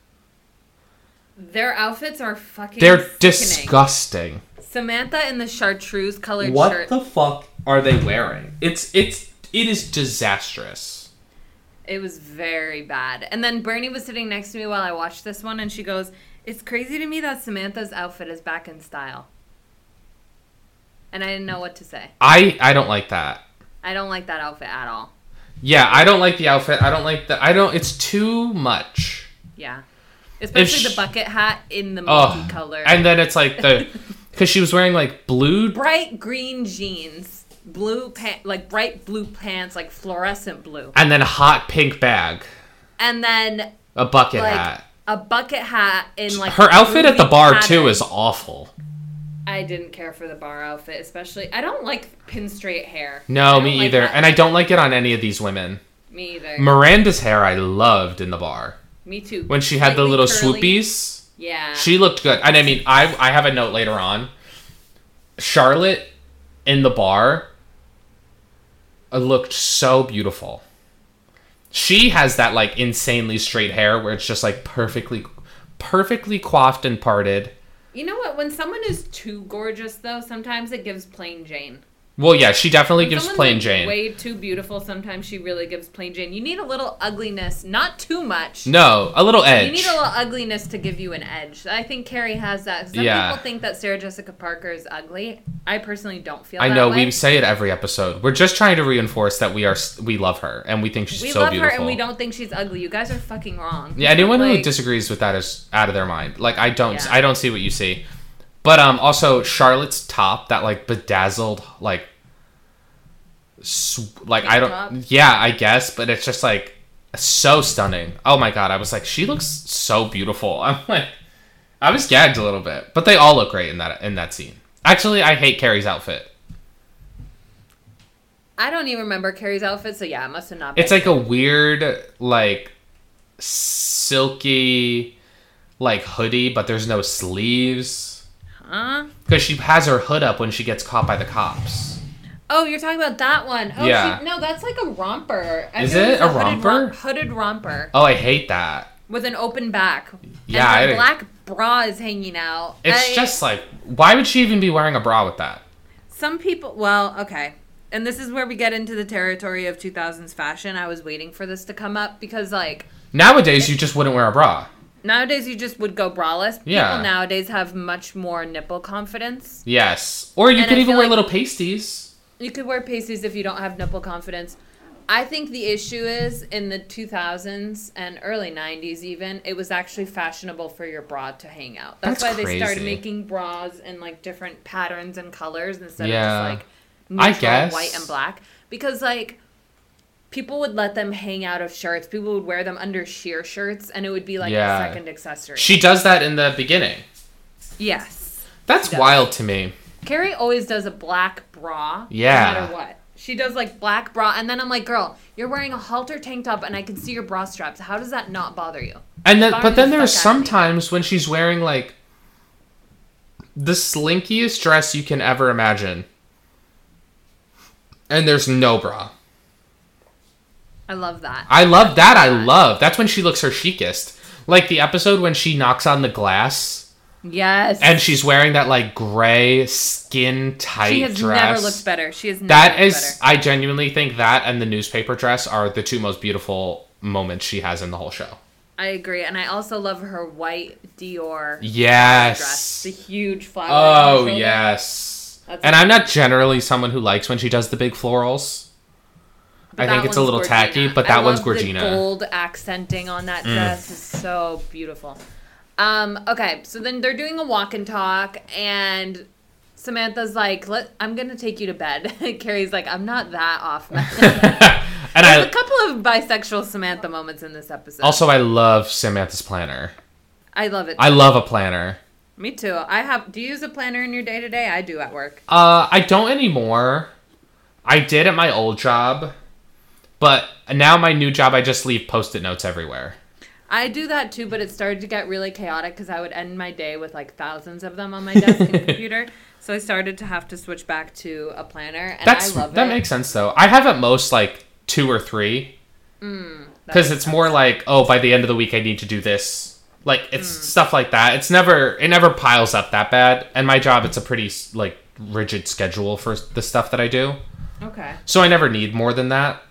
Speaker 4: Their outfits are fucking.
Speaker 5: They're
Speaker 4: sickening.
Speaker 5: disgusting.
Speaker 4: Samantha in the chartreuse colored
Speaker 5: What
Speaker 4: shirt.
Speaker 5: the fuck are they wearing? It's it's it is disastrous.
Speaker 4: It was very bad. And then Bernie was sitting next to me while I watched this one, and she goes, It's crazy to me that Samantha's outfit is back in style. And I didn't know what to say.
Speaker 5: I I don't like that.
Speaker 4: I don't like that outfit at all.
Speaker 5: Yeah, I don't like the outfit. I don't like the I don't it's too much.
Speaker 4: Yeah. Especially the
Speaker 5: sh-
Speaker 4: bucket hat in the
Speaker 5: Oh,
Speaker 4: multicolor.
Speaker 5: and then it's
Speaker 4: (laughs)
Speaker 5: like the because she was wearing like blue.
Speaker 4: bright green jeans, blue pants, like bright blue pants, like fluorescent blue.
Speaker 5: and then a hot pink bag,
Speaker 4: And then
Speaker 5: a bucket
Speaker 4: like
Speaker 5: hat.
Speaker 4: a bucket hat in like
Speaker 5: Her outfit at the
Speaker 4: groovy
Speaker 5: bar
Speaker 4: pattern.
Speaker 5: too is awful.
Speaker 4: I didn't care for the bar outfit, especially. I don't like pin straight hair. I
Speaker 5: No,
Speaker 4: don't
Speaker 5: me
Speaker 4: like
Speaker 5: either,
Speaker 4: that.
Speaker 5: and I don't like it on any of these women.
Speaker 4: me either.
Speaker 5: Miranda's hair I loved in the bar
Speaker 4: me too.
Speaker 5: when she had the
Speaker 4: Slightly
Speaker 5: little
Speaker 4: curly.
Speaker 5: swoopies.
Speaker 4: Yeah.
Speaker 5: She looked good, and I mean, I I have a note later on. Charlotte in the bar uh, looked so beautiful. She has that like insanely straight hair where it's just like perfectly, perfectly coiffed and parted.
Speaker 4: you know what? When someone is too gorgeous, though, sometimes it gives plain Jane.
Speaker 5: Well, yeah, she definitely gives
Speaker 4: Someone's,
Speaker 5: plain
Speaker 4: like,
Speaker 5: Jane.
Speaker 4: Way too beautiful. Sometimes she really gives plain Jane. You need a little ugliness, not too much.
Speaker 5: No, a little edge.
Speaker 4: You need a little ugliness to give you an edge. I think Carrie has that. Some
Speaker 5: Yeah.
Speaker 4: people think that Sarah Jessica Parker is ugly. I personally don't feel.
Speaker 5: I
Speaker 4: that
Speaker 5: know
Speaker 4: way.
Speaker 5: we say it every episode. We're just trying to reinforce that we are we love her and we think she's
Speaker 4: We
Speaker 5: so
Speaker 4: love
Speaker 5: beautiful.
Speaker 4: her and we don't think she's ugly. You guys are fucking wrong.
Speaker 5: Yeah, anyone who
Speaker 4: Like-
Speaker 5: disagrees with that is out of their mind. Like I don't
Speaker 4: Yeah.
Speaker 5: I don't see what you see. But um also Charlotte's top, that like bedazzled like sw- like I don't
Speaker 4: Pink top?
Speaker 5: yeah, I guess, but it's just like so stunning. Oh my god, I was like she looks so beautiful. (laughs) I'm like I was gagged a little bit, but they all look great in that in that scene. Actually, I hate Carrie's outfit.
Speaker 4: I don't even remember Carrie's outfit, so yeah, it must have not been.
Speaker 5: It's like a weird, like silky, like hoodie, but there's no sleeves
Speaker 4: huh?
Speaker 5: because she has her hood up when she gets caught by the cops.
Speaker 4: Oh, you're talking about that one. Oh,
Speaker 5: Yeah.
Speaker 4: she, no, that's like a romper. I
Speaker 5: Is
Speaker 4: feel like
Speaker 5: it
Speaker 4: it's
Speaker 5: a
Speaker 4: hooded
Speaker 5: romper?
Speaker 4: rom- hooded romper
Speaker 5: Oh, I hate that.
Speaker 4: with an open back.
Speaker 5: Yeah,
Speaker 4: and
Speaker 5: I-
Speaker 4: her black bra is hanging out.
Speaker 5: It's
Speaker 4: I-
Speaker 5: just like, why would she even be wearing a bra with that?
Speaker 4: some people. Well, okay, and this is where we get into the territory of 2000s fashion. I was waiting for this to come up because like
Speaker 5: Nowadays, you just wouldn't wear a bra.
Speaker 4: nowadays you just would go braless.
Speaker 5: Yeah.
Speaker 4: People nowadays have much more nipple confidence.
Speaker 5: Yes, or you
Speaker 4: And
Speaker 5: could
Speaker 4: I
Speaker 5: even
Speaker 4: feel
Speaker 5: wear
Speaker 4: like-
Speaker 5: little pasties.
Speaker 4: You could wear pasties if you don't have nipple confidence. I think the issue is in the 2000s and early 90s, even, it was actually fashionable for your bra to hang out. That's,
Speaker 5: That's
Speaker 4: why they started
Speaker 5: crazy.
Speaker 4: making bras in like different patterns and colors instead
Speaker 5: Yeah.
Speaker 4: of just like
Speaker 5: I
Speaker 4: neutral
Speaker 5: guess.
Speaker 4: white and black. Because like people would let them hang out of shirts, people would wear them under sheer shirts, and it would be like
Speaker 5: Yeah.
Speaker 4: a second accessory.
Speaker 5: She does that in the beginning.
Speaker 4: yes.
Speaker 5: That's
Speaker 4: does.
Speaker 5: wild to me.
Speaker 4: Carrie always does a black bra.
Speaker 5: Yeah.
Speaker 4: No matter what. She does like black bra, and then I'm like, girl, you're wearing a halter tank top, and I can see your bra straps. How does that not bother you?
Speaker 5: And then,
Speaker 4: Fire
Speaker 5: but then
Speaker 4: the
Speaker 5: there are
Speaker 4: fuck out of me.
Speaker 5: sometimes when she's wearing like the slinkiest dress you can ever imagine, and there's no bra.
Speaker 4: I love that.
Speaker 5: I love that. I love that's when she looks her chicest. Like the episode when she knocks on the glass
Speaker 4: Yes.
Speaker 5: and she's wearing that like gray skin tight
Speaker 4: she has
Speaker 5: dress.
Speaker 4: never looked better. She has never
Speaker 5: That
Speaker 4: looked
Speaker 5: is, I genuinely think that and the newspaper dress are the two most beautiful moments she has in the whole show.
Speaker 4: better. I agree, and I also love her white Dior
Speaker 5: Yes.
Speaker 4: dress, the huge flower. on her
Speaker 5: Oh
Speaker 4: shoulder.
Speaker 5: yes.
Speaker 4: That's
Speaker 5: and I'm not generally someone who likes when she does the big florals.
Speaker 4: But
Speaker 5: I
Speaker 4: that
Speaker 5: think it's a
Speaker 4: one's
Speaker 5: little tacky,
Speaker 4: Gorgina.
Speaker 5: but
Speaker 4: I
Speaker 5: that one's
Speaker 4: love
Speaker 5: Gorgina. Mm.
Speaker 4: The
Speaker 5: (laughs)
Speaker 4: gold (laughs) accenting on that dress is so beautiful. Um, okay, so then they're doing a walk and talk, and Samantha's like, Let, "I'm gonna take you to bed." (laughs) Carrie's like, "I'm not that off." (laughs) There's
Speaker 5: and
Speaker 4: a
Speaker 5: I
Speaker 4: couple of bisexual Samantha moments in this episode.
Speaker 5: also I love Samantha's planner.
Speaker 4: I love it.
Speaker 5: I love a planner.
Speaker 4: Me too. I have. Do you use a planner in your day to day? I do at work.
Speaker 5: Uh, I don't anymore. I did at my old job, but now my new job I just leave post-it notes everywhere.
Speaker 4: I do that too, but it started to get really chaotic because I would end my day with like thousands of them on my desk
Speaker 5: (laughs)
Speaker 4: and computer. So I started to have to switch back to a planner, and
Speaker 5: That's
Speaker 4: I love
Speaker 5: that
Speaker 4: it.
Speaker 5: makes sense though. I have at most like two or three
Speaker 4: Mm, That
Speaker 5: because
Speaker 4: makes
Speaker 5: it's more like oh by the end of the week I need to do this. Like it's
Speaker 4: Mm.
Speaker 5: stuff like that. It's never it never piles up that bad. And my job it's a pretty s- like rigid schedule for s- the stuff that I do.
Speaker 4: okay.
Speaker 5: So I never need more than that.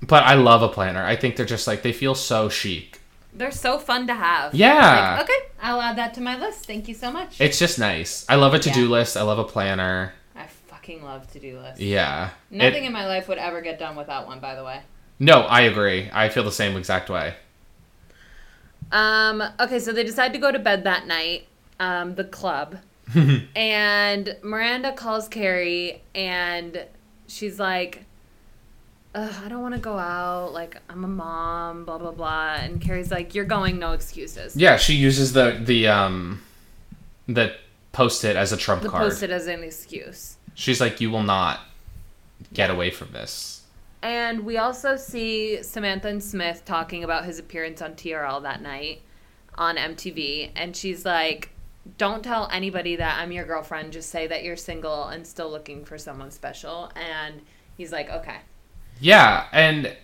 Speaker 5: But I love a planner. I think they're just like they feel so chic.
Speaker 4: They're so fun to have.
Speaker 5: Yeah.
Speaker 4: Like, okay, I'll add that to my list. Thank you so much.
Speaker 5: It's just nice. I love a to-do
Speaker 4: Yeah.
Speaker 5: list. I love a planner.
Speaker 4: I fucking love to do lists.
Speaker 5: Yeah. It-
Speaker 4: Nothing in my life would ever get done without one, by the way.
Speaker 5: no, I agree. I feel the same exact way.
Speaker 4: Um, okay, so they decide to go to bed that night, um, the
Speaker 5: (laughs)
Speaker 4: club. and Miranda calls Carrie and she's like, Ugh, I don't want to go out. Like, I'm a mom, blah, blah, blah. And Carrie's like, You're going, no excuses.
Speaker 5: Yeah, she uses the the um the post-it as a trump
Speaker 4: The
Speaker 5: card.
Speaker 4: post it as an excuse.
Speaker 5: She's like you will not get away from this.
Speaker 4: And we also see Samantha and Smith talking about his appearance on TRL that night on MTV. And she's like, Don't tell anybody that I'm your girlfriend. Just say that you're single and still looking for someone special. And he's like, Okay.
Speaker 5: Yeah, and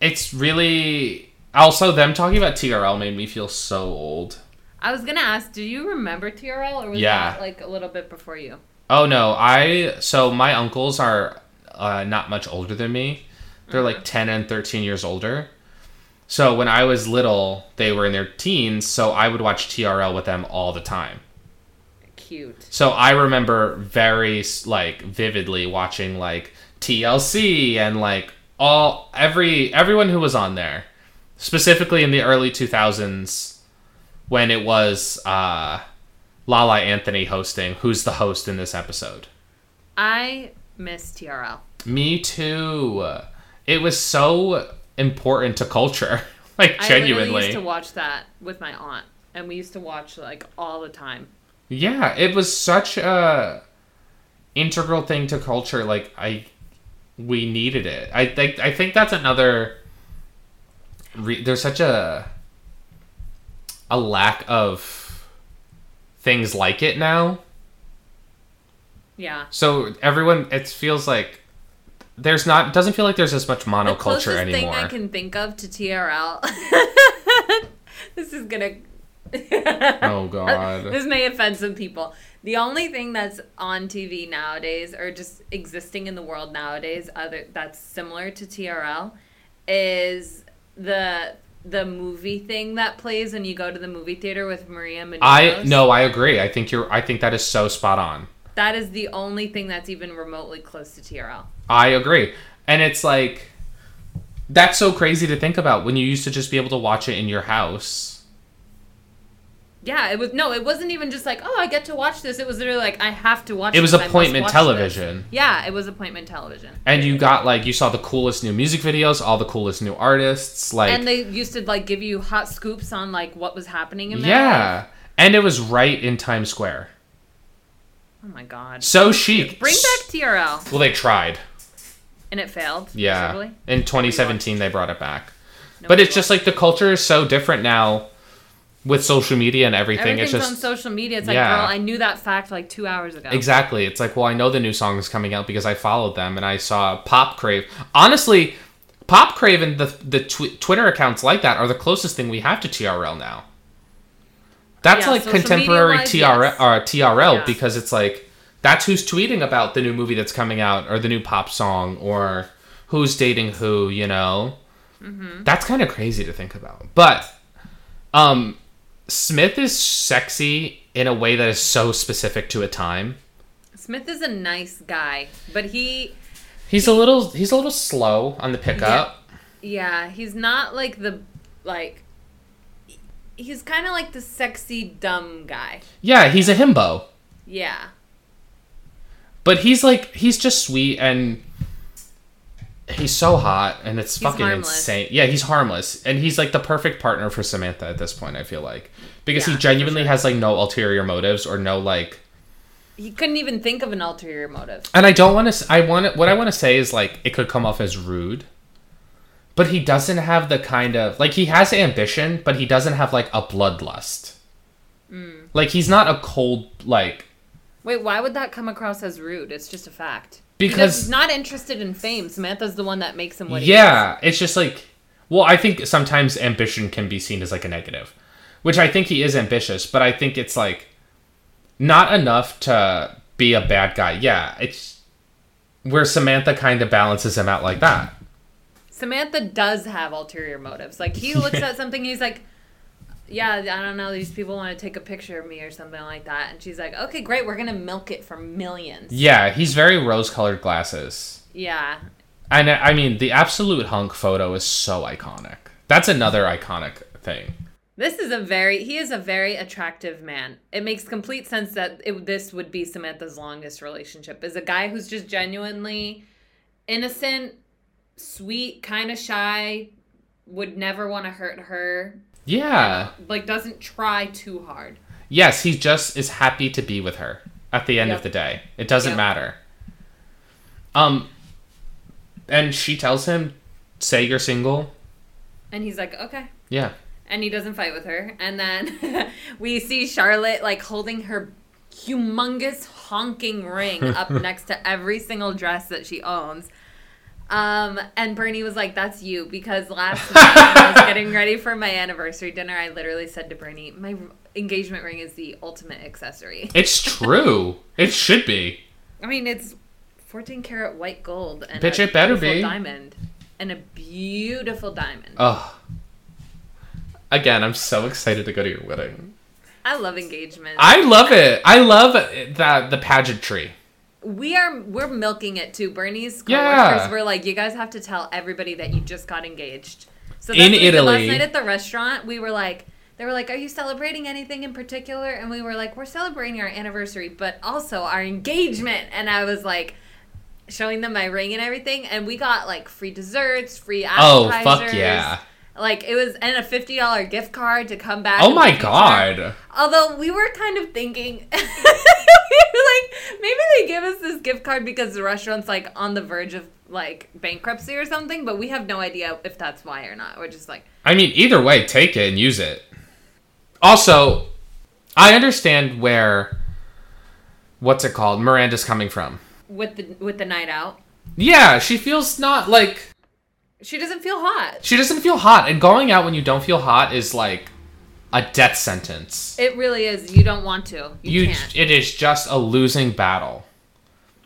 Speaker 5: it's really also them talking about TRL made me feel so old.
Speaker 4: I was going to ask, do you remember TRL or was
Speaker 5: Yeah.
Speaker 4: that like a little bit before you?
Speaker 5: Oh no, I so my uncles are uh, not much older than me. They're like 10 and 13 years older. So when I was little, they were in their teens, so I would watch TRL with them all the time.
Speaker 4: Cute.
Speaker 5: So I remember very like vividly watching like TLC and like all every everyone who was on there, specifically in the early 2000s when it was uh Lala Anthony hosting, who's the host in this episode.
Speaker 4: I miss TRL.
Speaker 5: Me too. It was so important to culture. (laughs) Like
Speaker 4: I literally used to
Speaker 5: genuinely.
Speaker 4: watch that with my aunt. And we used to watch like all the time.
Speaker 5: Yeah, it was such a integral thing to culture. Like I we needed it. I think I think that's another re- there's such a a lack of things like it now.
Speaker 4: Yeah.
Speaker 5: So everyone it feels like there's not it doesn't feel like there's as much
Speaker 4: The
Speaker 5: monoculture
Speaker 4: closest
Speaker 5: anymore.
Speaker 4: thing I can think of to TRL. (laughs) this is gonna. (laughs)
Speaker 5: Oh god.
Speaker 4: This may offend some people. The only thing that's on TV nowadays, or just existing in the world nowadays, other that's similar to TRL, is the the movie thing that plays when you go to the movie theater with Maria Menounos.
Speaker 5: I no, I agree. I think you're. I think that is so spot on.
Speaker 4: That is the only thing that's even remotely close to TRL.
Speaker 5: I agree, and it's like that's so crazy to think about when you used to just be able to watch it in your house.
Speaker 4: Yeah, it was no, it wasn't even just like, oh, I get to watch this. It was literally like, I have to watch.
Speaker 5: It was
Speaker 4: this. I must
Speaker 5: appointment
Speaker 4: watch
Speaker 5: television,
Speaker 4: this. Yeah, it was appointment television.
Speaker 5: and you got like you saw the coolest new music videos, all the coolest new artists, like
Speaker 4: and they used to like give you hot scoops on like what was happening in there.
Speaker 5: yeah, and it was right in Times Square.
Speaker 4: Oh my god.
Speaker 5: So chic.
Speaker 4: Bring back TRL,
Speaker 5: Well, they tried.
Speaker 4: and it failed.
Speaker 5: Yeah.
Speaker 4: presumably.
Speaker 5: In 2017, they brought it back.
Speaker 4: No
Speaker 5: but
Speaker 4: one
Speaker 5: it's just like the culture is so different now with social media and everything.
Speaker 4: everything's
Speaker 5: it's just
Speaker 4: on social media. It's like,
Speaker 5: Yeah.
Speaker 4: girl, I knew that fact like two hours ago.
Speaker 5: Exactly. It's like, well, I know the new song is coming out because I followed them and I saw Pop Crave. Honestly, Pop Crave and the the tw- Twitter accounts like that are the closest thing we have to TRL now. That's
Speaker 4: Yeah,
Speaker 5: like
Speaker 4: social
Speaker 5: contemporary
Speaker 4: media-wise,
Speaker 5: TRL
Speaker 4: yes.
Speaker 5: or TRL
Speaker 4: Yeah.
Speaker 5: because it's like that's who's tweeting about the new movie that's coming out or the new pop song or who's dating who, you know.
Speaker 4: Mm-hmm.
Speaker 5: That's kind of crazy to think about. But um Smith is sexy in a way that is so specific to a time.
Speaker 4: Smith is a nice guy, but he,
Speaker 5: He's a little he's a little slow on the pickup.
Speaker 4: yeah, he's not like the like. He's kind of like the sexy dumb guy.
Speaker 5: Yeah, he's a himbo.
Speaker 4: Yeah.
Speaker 5: But he's like he's just sweet and he's so hot and it's fucking
Speaker 4: harmless.
Speaker 5: insane. Yeah, he's harmless and he's like the perfect partner for Samantha at this point, I feel like. Because
Speaker 4: Yeah,
Speaker 5: he
Speaker 4: for
Speaker 5: genuinely has like no ulterior motives or no like
Speaker 4: He couldn't even think of an ulterior motive.
Speaker 5: and I don't want to I want to what I want to say is like it could come off as rude But he doesn't have the kind of like he has ambition, but he doesn't have like a bloodlust.
Speaker 4: Mm.
Speaker 5: Like he's not a cold like
Speaker 4: Wait, why would that come across as rude? It's just a fact.
Speaker 5: Because-
Speaker 4: he's not interested in fame. Samantha's the one that makes him what he is.
Speaker 5: yeah. It's just like well, I think sometimes ambition can be seen as like a negative, which I think he is ambitious, but I think it's like not enough to be a bad guy. Yeah, it's where Samantha kind of balances him out like that.
Speaker 4: Samantha does have ulterior motives. Like he
Speaker 5: (laughs)
Speaker 4: looks at something, he's like, "Yeah, I don't know. These people want to take a picture of me or something like that." And she's like, "Okay, great. We're gonna milk it for millions.
Speaker 5: Yeah, he's very rose-colored glasses.
Speaker 4: Yeah,
Speaker 5: And I I mean, the absolute hunk photo is so iconic. That's another iconic thing.
Speaker 4: this is a very he is a very attractive man. It makes complete sense that it, this would be Samantha's longest relationship. Is a guy who's just genuinely innocent, sweet, kind of shy, would never want to hurt her.
Speaker 5: Yeah.
Speaker 4: Like doesn't try too hard."
Speaker 5: Yes, he just is happy to be with her at the end
Speaker 4: Yep.
Speaker 5: of the day. It doesn't
Speaker 4: Yep.
Speaker 5: matter. Um and she tells him, "Say you're single."
Speaker 4: And he's like, "Okay."
Speaker 5: Yeah.
Speaker 4: and he doesn't fight with her. And then (laughs) we see Charlotte like holding her humongous honking
Speaker 5: (laughs)
Speaker 4: ring up next to every single dress that she owns. Um, and Bernie was like, "That's you," because last
Speaker 5: (laughs)
Speaker 4: night when I was getting ready for my anniversary dinner, I literally said to Bernie, "My engagement ring is the ultimate accessory.
Speaker 5: It's true.
Speaker 4: (laughs)
Speaker 5: it should be.
Speaker 4: I mean, it's 14 karat white gold and
Speaker 5: Bitch,
Speaker 4: a
Speaker 5: it better
Speaker 4: beautiful
Speaker 5: be. Uh,
Speaker 4: diamond and a beautiful diamond.
Speaker 5: Ugh. Again, I'm so excited to go to your wedding.
Speaker 4: I love engagement.
Speaker 5: I love it. I love that the pageantry.
Speaker 4: we are we're milking it too. Bernie's coworkers
Speaker 5: Yeah.
Speaker 4: were like, you guys have to tell everybody that you just got engaged. So
Speaker 5: In
Speaker 4: what we did
Speaker 5: Italy.
Speaker 4: last night at the restaurant, we were like, they were like, are you celebrating anything in particular? And we were like, we're celebrating our anniversary, but also our engagement. And I was like. Showing them my ring and everything, and we got like free desserts, free
Speaker 5: Oh,
Speaker 4: appetizers.
Speaker 5: fuck yeah.
Speaker 4: Like it was, and a fifty dollar gift card to come back. in
Speaker 5: Oh
Speaker 4: the
Speaker 5: my
Speaker 4: future.
Speaker 5: god.
Speaker 4: Although we were kind of thinking, (laughs) we were like, maybe they give us this gift card because the restaurant's like on the verge of like bankruptcy or something, but we have no idea if that's why or not. We're just like,
Speaker 5: I mean, either way, take it and use it. Also, I understand where what's it called? Miranda's coming from.
Speaker 4: with the with the night out,
Speaker 5: Yeah, she feels not like
Speaker 4: she doesn't feel hot.
Speaker 5: she doesn't feel hot, and going out when you don't feel hot is like a death sentence.
Speaker 4: It really is. You don't want to. You,
Speaker 5: You,
Speaker 4: can't.
Speaker 5: it is just a losing battle.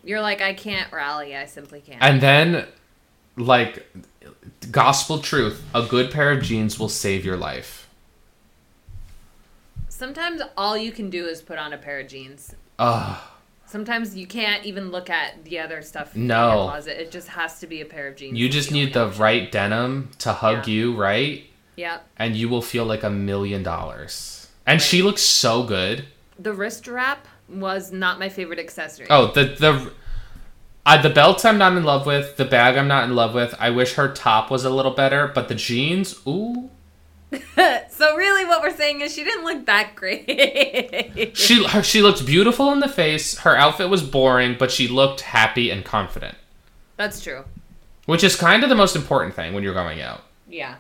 Speaker 4: You're like, I can't rally. I simply can't.
Speaker 5: And then, like, gospel truth: a good pair of jeans will save your life.
Speaker 4: Sometimes all you can do is put on a pair of jeans.
Speaker 5: Ugh.
Speaker 4: Sometimes you can't even look at the other stuff in
Speaker 5: No.
Speaker 4: your closet. It just has to be a pair of jeans.
Speaker 5: You
Speaker 4: is
Speaker 5: just
Speaker 4: the
Speaker 5: need
Speaker 4: only
Speaker 5: the
Speaker 4: option.
Speaker 5: right denim to hug
Speaker 4: Yeah.
Speaker 5: you, right?
Speaker 4: Yep.
Speaker 5: and you will feel like a million dollars. And she looks so good.
Speaker 4: The wrist wrap was not my favorite accessory.
Speaker 5: Oh, the the uh, the belt I'm not in love with. The bag I'm not in love with. I wish her top was a little better, but the jeans, ooh.
Speaker 4: (laughs) So really what we're saying is she didn't look that great. (laughs)
Speaker 5: She her, she looked beautiful in the face. Her outfit was boring, but she looked happy and confident,
Speaker 4: That's true.
Speaker 5: which is kind of the most important thing when you're going out.
Speaker 4: Yeah.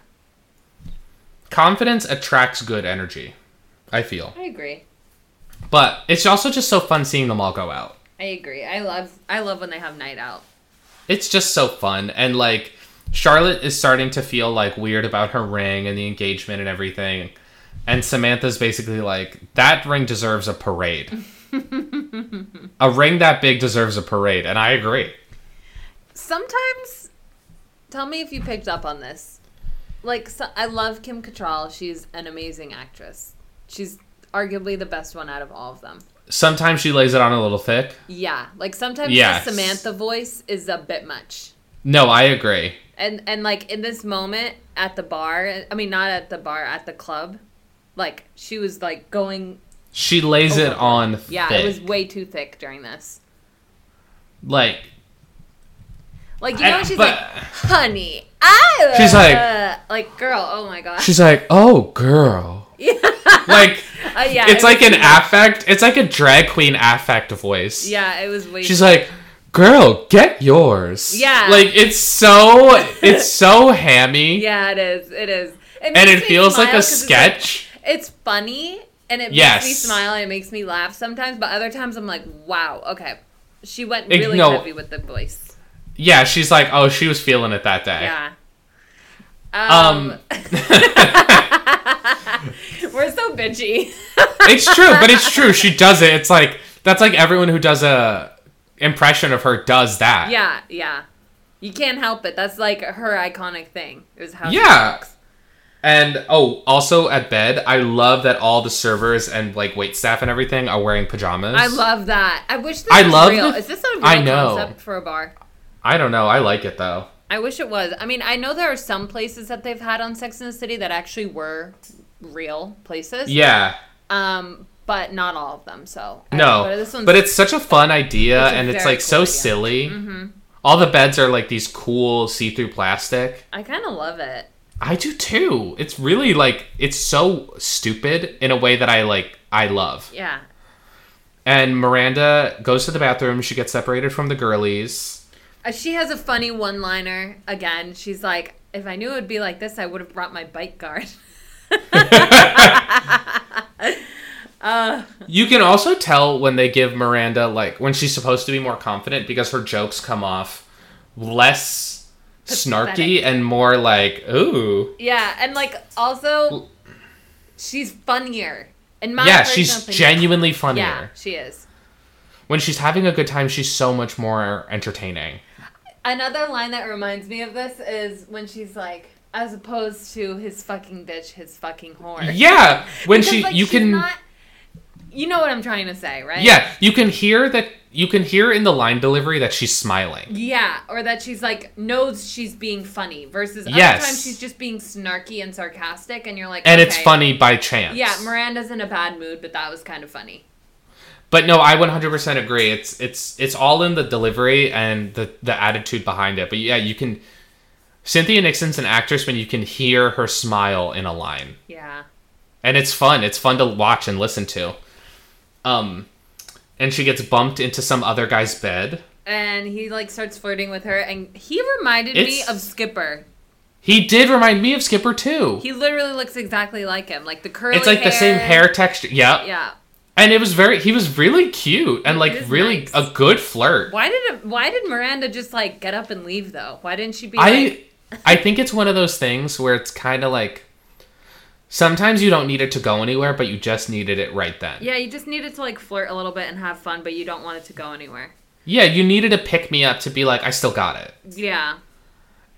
Speaker 5: Confidence attracts good energy, I feel.
Speaker 4: I agree.
Speaker 5: But it's also just so fun seeing them all go out.
Speaker 4: I agree. I love I love when they have night out.
Speaker 5: it's just so fun and like charlotte is starting to feel like weird about her ring and the engagement and everything and samantha's basically like that ring deserves a parade
Speaker 4: (laughs)
Speaker 5: a ring that big deserves a parade and i agree
Speaker 4: Sometimes tell me if you picked up on this. Like so, I love Kim Cattrall. She's an amazing actress. She's arguably the best one out of all of them.
Speaker 5: sometimes she lays it on a little thick
Speaker 4: Yeah. Like sometimes
Speaker 5: Yes.
Speaker 4: the Samantha voice is a bit much.
Speaker 5: no i agree
Speaker 4: and and like in this moment at the bar i mean not at the bar at the club like she was like going
Speaker 5: she lays it on
Speaker 4: Oh yeah
Speaker 5: thick.
Speaker 4: it was way too thick during this
Speaker 5: like
Speaker 4: like you know
Speaker 5: I-
Speaker 4: she's
Speaker 5: but-
Speaker 4: like honey i
Speaker 5: She's like-
Speaker 4: uh," like girl oh my god (laughs)
Speaker 5: she's like oh girl like
Speaker 4: uh, yeah
Speaker 5: it's
Speaker 4: it was-
Speaker 5: like an affect it's like a drag queen affect voice
Speaker 4: yeah it was way
Speaker 5: She's like, girl, get yours.
Speaker 4: Yeah.
Speaker 5: Like it's so
Speaker 4: (laughs)
Speaker 5: it's so hammy.
Speaker 4: Yeah, it is. It is.
Speaker 5: And
Speaker 4: makes
Speaker 5: it
Speaker 4: me
Speaker 5: feels like
Speaker 4: smile
Speaker 5: a
Speaker 4: 'cause it's
Speaker 5: sketch.
Speaker 4: It's funny and it
Speaker 5: Yes.
Speaker 4: makes me smile and it makes me laugh sometimes, but other times I'm like, wow, okay. She went
Speaker 5: Ig-
Speaker 4: really
Speaker 5: no.
Speaker 4: heavy with the voice.
Speaker 5: yeah, she's like, oh, she was feeling it that day.
Speaker 4: Yeah.
Speaker 5: Um,
Speaker 4: Um,
Speaker 5: (laughs)
Speaker 4: we're so bitchy.
Speaker 5: it's true, but it's true. She does it. It's like that's like everyone who does a impression of her does that.
Speaker 4: (laughs) yeah, yeah. You can't help it. That's like her iconic thing. It was how she
Speaker 5: Yeah.
Speaker 4: talks.
Speaker 5: And oh, also at bed, I love that all the servers and like wait staff and everything are wearing pajamas.
Speaker 4: I love that. I wish this
Speaker 5: I
Speaker 4: was
Speaker 5: love
Speaker 4: real.
Speaker 5: the-
Speaker 4: Is this a real
Speaker 5: I know.
Speaker 4: concept for a bar?
Speaker 5: I don't know. I like it though.
Speaker 4: I wish it was. I mean, I know there are some places that they've had on Sex and the City that actually were real places.
Speaker 5: Yeah.
Speaker 4: Um, but not all of them. So I-
Speaker 5: No.
Speaker 4: but this one's
Speaker 5: but it's such a fun idea
Speaker 4: It's a
Speaker 5: and it's
Speaker 4: very
Speaker 5: like so
Speaker 4: cool idea. Mm-hmm.
Speaker 5: silly. All the beds are like these cool see-through plastic.
Speaker 4: I kind of love it.
Speaker 5: I do too. It's really like it's so stupid in a way that I like I love.
Speaker 4: Yeah.
Speaker 5: And Miranda goes to the bathroom, she gets separated from the girlies.
Speaker 4: Uh, She has a funny one-liner again. She's like, "If I knew it would be like this, I would have brought my bike guard." (laughs)
Speaker 5: You can also tell when they give Miranda like when she's supposed to be more confident because her jokes come off less snarky
Speaker 4: Pathetic.
Speaker 5: and more like, ooh.
Speaker 4: yeah, and like also, she's funnier. In my
Speaker 5: yeah,
Speaker 4: personal
Speaker 5: she's
Speaker 4: opinion.
Speaker 5: genuinely funnier.
Speaker 4: Yeah, she is.
Speaker 5: when she's having a good time, she's so much more entertaining.
Speaker 4: Another line that reminds me of this is when she's like, as opposed to his fucking bitch, his fucking whore.
Speaker 5: Yeah, when
Speaker 4: Because,
Speaker 5: she
Speaker 4: like,
Speaker 5: you
Speaker 4: she's
Speaker 5: can
Speaker 4: not- you know what I'm trying to say, right?
Speaker 5: yeah you can hear that you can hear in the line delivery that she's smiling.
Speaker 4: Yeah, or that she's like knows she's being funny versus other
Speaker 5: Yes.
Speaker 4: times she's just being snarky and sarcastic, and you're like,
Speaker 5: And it's
Speaker 4: okay,
Speaker 5: funny by chance.
Speaker 4: Yeah, Miranda's in a bad mood, but that was kind of funny.
Speaker 5: But no, I 100% agree. It's it's it's all in the delivery and the the attitude behind it. But yeah, you can Cynthia Nixon's an actress when you can hear her smile in a line.
Speaker 4: Yeah,
Speaker 5: and it's fun. It's fun to watch and listen to. Um, and she gets bumped into some other guy's bed.
Speaker 4: and he like starts flirting with her, and he reminded me
Speaker 5: It's-
Speaker 4: of Skipper.
Speaker 5: He did remind me of Skipper too.
Speaker 4: He literally looks exactly like him, like the curly.
Speaker 5: it's like the same hair texture. Yeah.
Speaker 4: Yeah.
Speaker 5: and it was very. He was really cute and
Speaker 4: It is
Speaker 5: like really
Speaker 4: nice.
Speaker 5: a good flirt.
Speaker 4: Why did it, why did Miranda just like get up and leave though? Why didn't she be
Speaker 5: I
Speaker 4: like
Speaker 5: (laughs) I think it's one of those things where it's kind of like sometimes you don't need it to go anywhere, but you just needed it right then.
Speaker 4: Yeah, you just needed to like flirt a little bit and have fun, but you don't want it to go anywhere.
Speaker 5: yeah you needed a pick me up to be like I still got it.
Speaker 4: Yeah.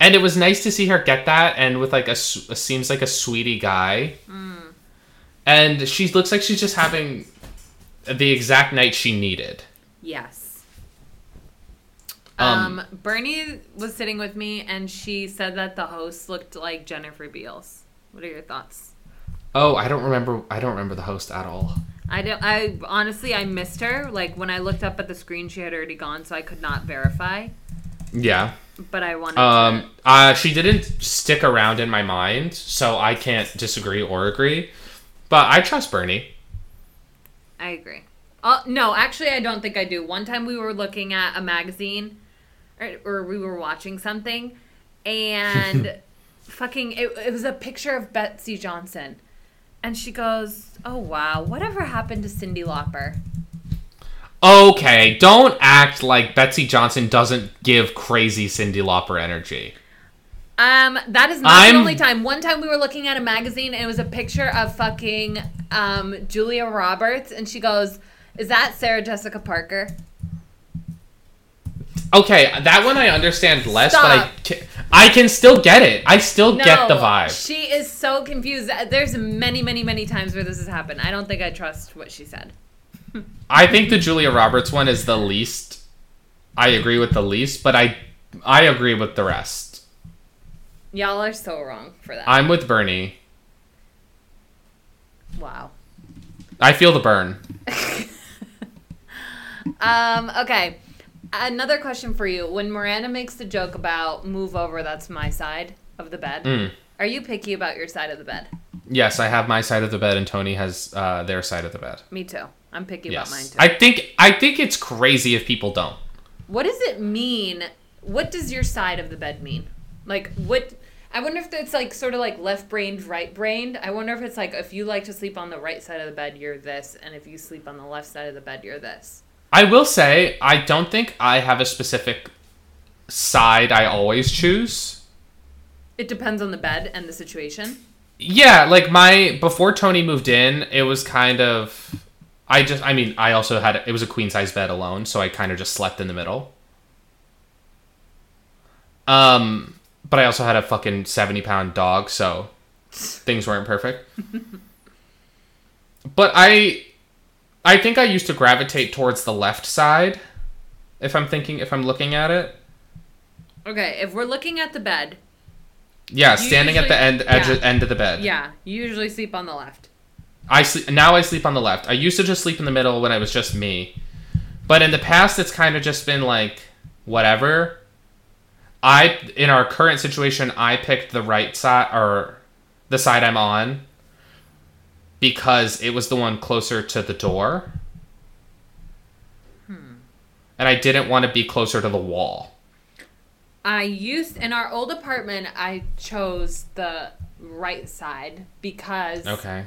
Speaker 5: and it was nice to see her get that and with like a, s- a- seems like a sweetie guy
Speaker 4: Mm.
Speaker 5: and she looks like she's just having the exact night she needed
Speaker 4: Yes.
Speaker 5: Um,
Speaker 4: Um, Bernie was sitting with me and she said that the host looked like Jennifer Beals. What are your thoughts?
Speaker 5: oh i don't remember i don't remember the host at all
Speaker 4: I don't I honestly I missed her. Like when I looked up at the screen she had already gone, so I could not verify.
Speaker 5: yeah
Speaker 4: But I wanted
Speaker 5: um uh she didn't stick around in my mind so i can't disagree or agree but i trust bernie
Speaker 4: to I agree. Oh no, actually I don't think I do. One time we were looking at a magazine or, or we were watching something and fucking it, it was a picture of Betsy Johnson. And she goes, "Oh wow, whatever happened to Cindy Lauper?"
Speaker 5: okay don't act like betsy johnson doesn't give crazy cindy lauper energy
Speaker 4: Um, that is not
Speaker 5: I'm-
Speaker 4: the only time. One time we were looking at a magazine and it was a picture of fucking um, Julia Roberts, and she goes, "Is that Sarah Jessica Parker?"
Speaker 5: Okay, that one I understand less,
Speaker 4: Stop.
Speaker 5: but I can, I can still get it. I still get the vibe.
Speaker 4: She is so confused. There's many, many, many times where this has happened. I don't think I trust what she said.
Speaker 5: I think the Julia Roberts one is the least. I agree with the least, but I I agree with the rest.
Speaker 4: Y'all are so wrong for that.
Speaker 5: I'm with Bernie.
Speaker 4: wow.
Speaker 5: I feel the burn.
Speaker 4: Um, okay. Another question for you. When Miranda makes the joke about move over, that's my side of the bed.
Speaker 5: Mm.
Speaker 4: Are you picky about your side of the bed?
Speaker 5: Yes, I have my side of the bed, and Tony has uh, their side of the bed.
Speaker 4: Me too. I'm picky about mine
Speaker 5: Yes,
Speaker 4: too.
Speaker 5: I think I think it's crazy if people don't.
Speaker 4: What does it mean? What does your side of the bed mean? Like what? I wonder if it's like sort of like left brained, right brained. I wonder if it's like if you like to sleep on the right side of the bed, you're this, and if you sleep on the left side of the bed, you're this.
Speaker 5: I will say I don't think I have a specific side I always choose.
Speaker 4: It depends on the bed and the situation.
Speaker 5: Yeah, like my before Tony moved in, it was kind of I just I mean, I also had it was a queen size bed alone, so I kind of just slept in the middle. Um, but I also had a fucking 70 pound dog, so things weren't perfect.
Speaker 4: (laughs)
Speaker 5: but I I think I used to gravitate towards the left side if I'm thinking if I'm looking at it.
Speaker 4: Okay, if we're looking at the bed,
Speaker 5: Yeah, standing at the end
Speaker 4: usually-
Speaker 5: edge
Speaker 4: yeah.
Speaker 5: end of the bed.
Speaker 4: yeah, you usually sleep on the left.
Speaker 5: I sleep now. I sleep on the left. I used to just sleep in the middle when it was just me, but in the past, it's kind of just been like whatever. I in our current situation, I picked the right side or the side I'm on because it was the one closer to the door, and I didn't want to be closer to the wall.
Speaker 4: I used in our old apartment, I chose the right side because
Speaker 5: Okay.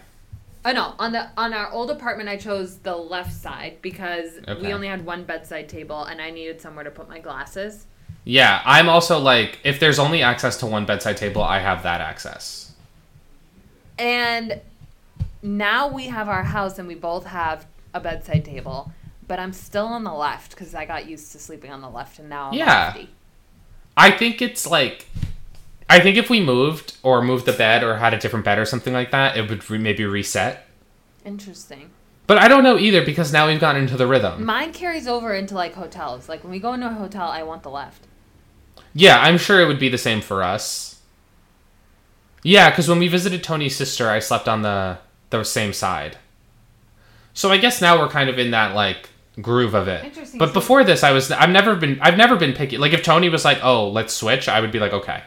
Speaker 4: Oh no, on the on our old apartment I chose the left side because
Speaker 5: Okay.
Speaker 4: we only had one bedside table and I needed somewhere to put my glasses.
Speaker 5: Yeah, I'm also like if there's only access to one bedside table, I have that access.
Speaker 4: And now we have our house and we both have a bedside table, but I'm still on the left cuz I got used to sleeping on the left and now I'm
Speaker 5: Yeah.
Speaker 4: lefty.
Speaker 5: I think it's like, I think if we moved or moved the bed or had a different bed or something like that, it would re- maybe reset.
Speaker 4: Interesting.
Speaker 5: But I don't know either because now we've gotten into the rhythm.
Speaker 4: Mine carries over into like hotels. Like when we go into a hotel, I want the left.
Speaker 5: yeah, I'm sure it would be the same for us. Yeah, because when we visited Tony's sister, I slept on the the same side. So I guess now we're kind of in that like groove of it.
Speaker 4: Interesting.
Speaker 5: But before this, I was I've never been I've never been picky. Like if Tony was like, "Oh, let's switch," I would be like, "Okay."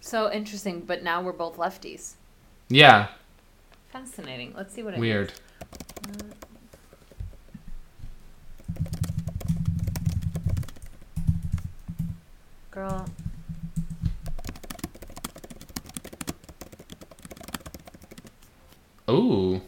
Speaker 4: So interesting, but now we're both lefties.
Speaker 5: Yeah,
Speaker 4: Fascinating. Let's see what it
Speaker 5: weird.
Speaker 4: Girl.
Speaker 5: Ooh.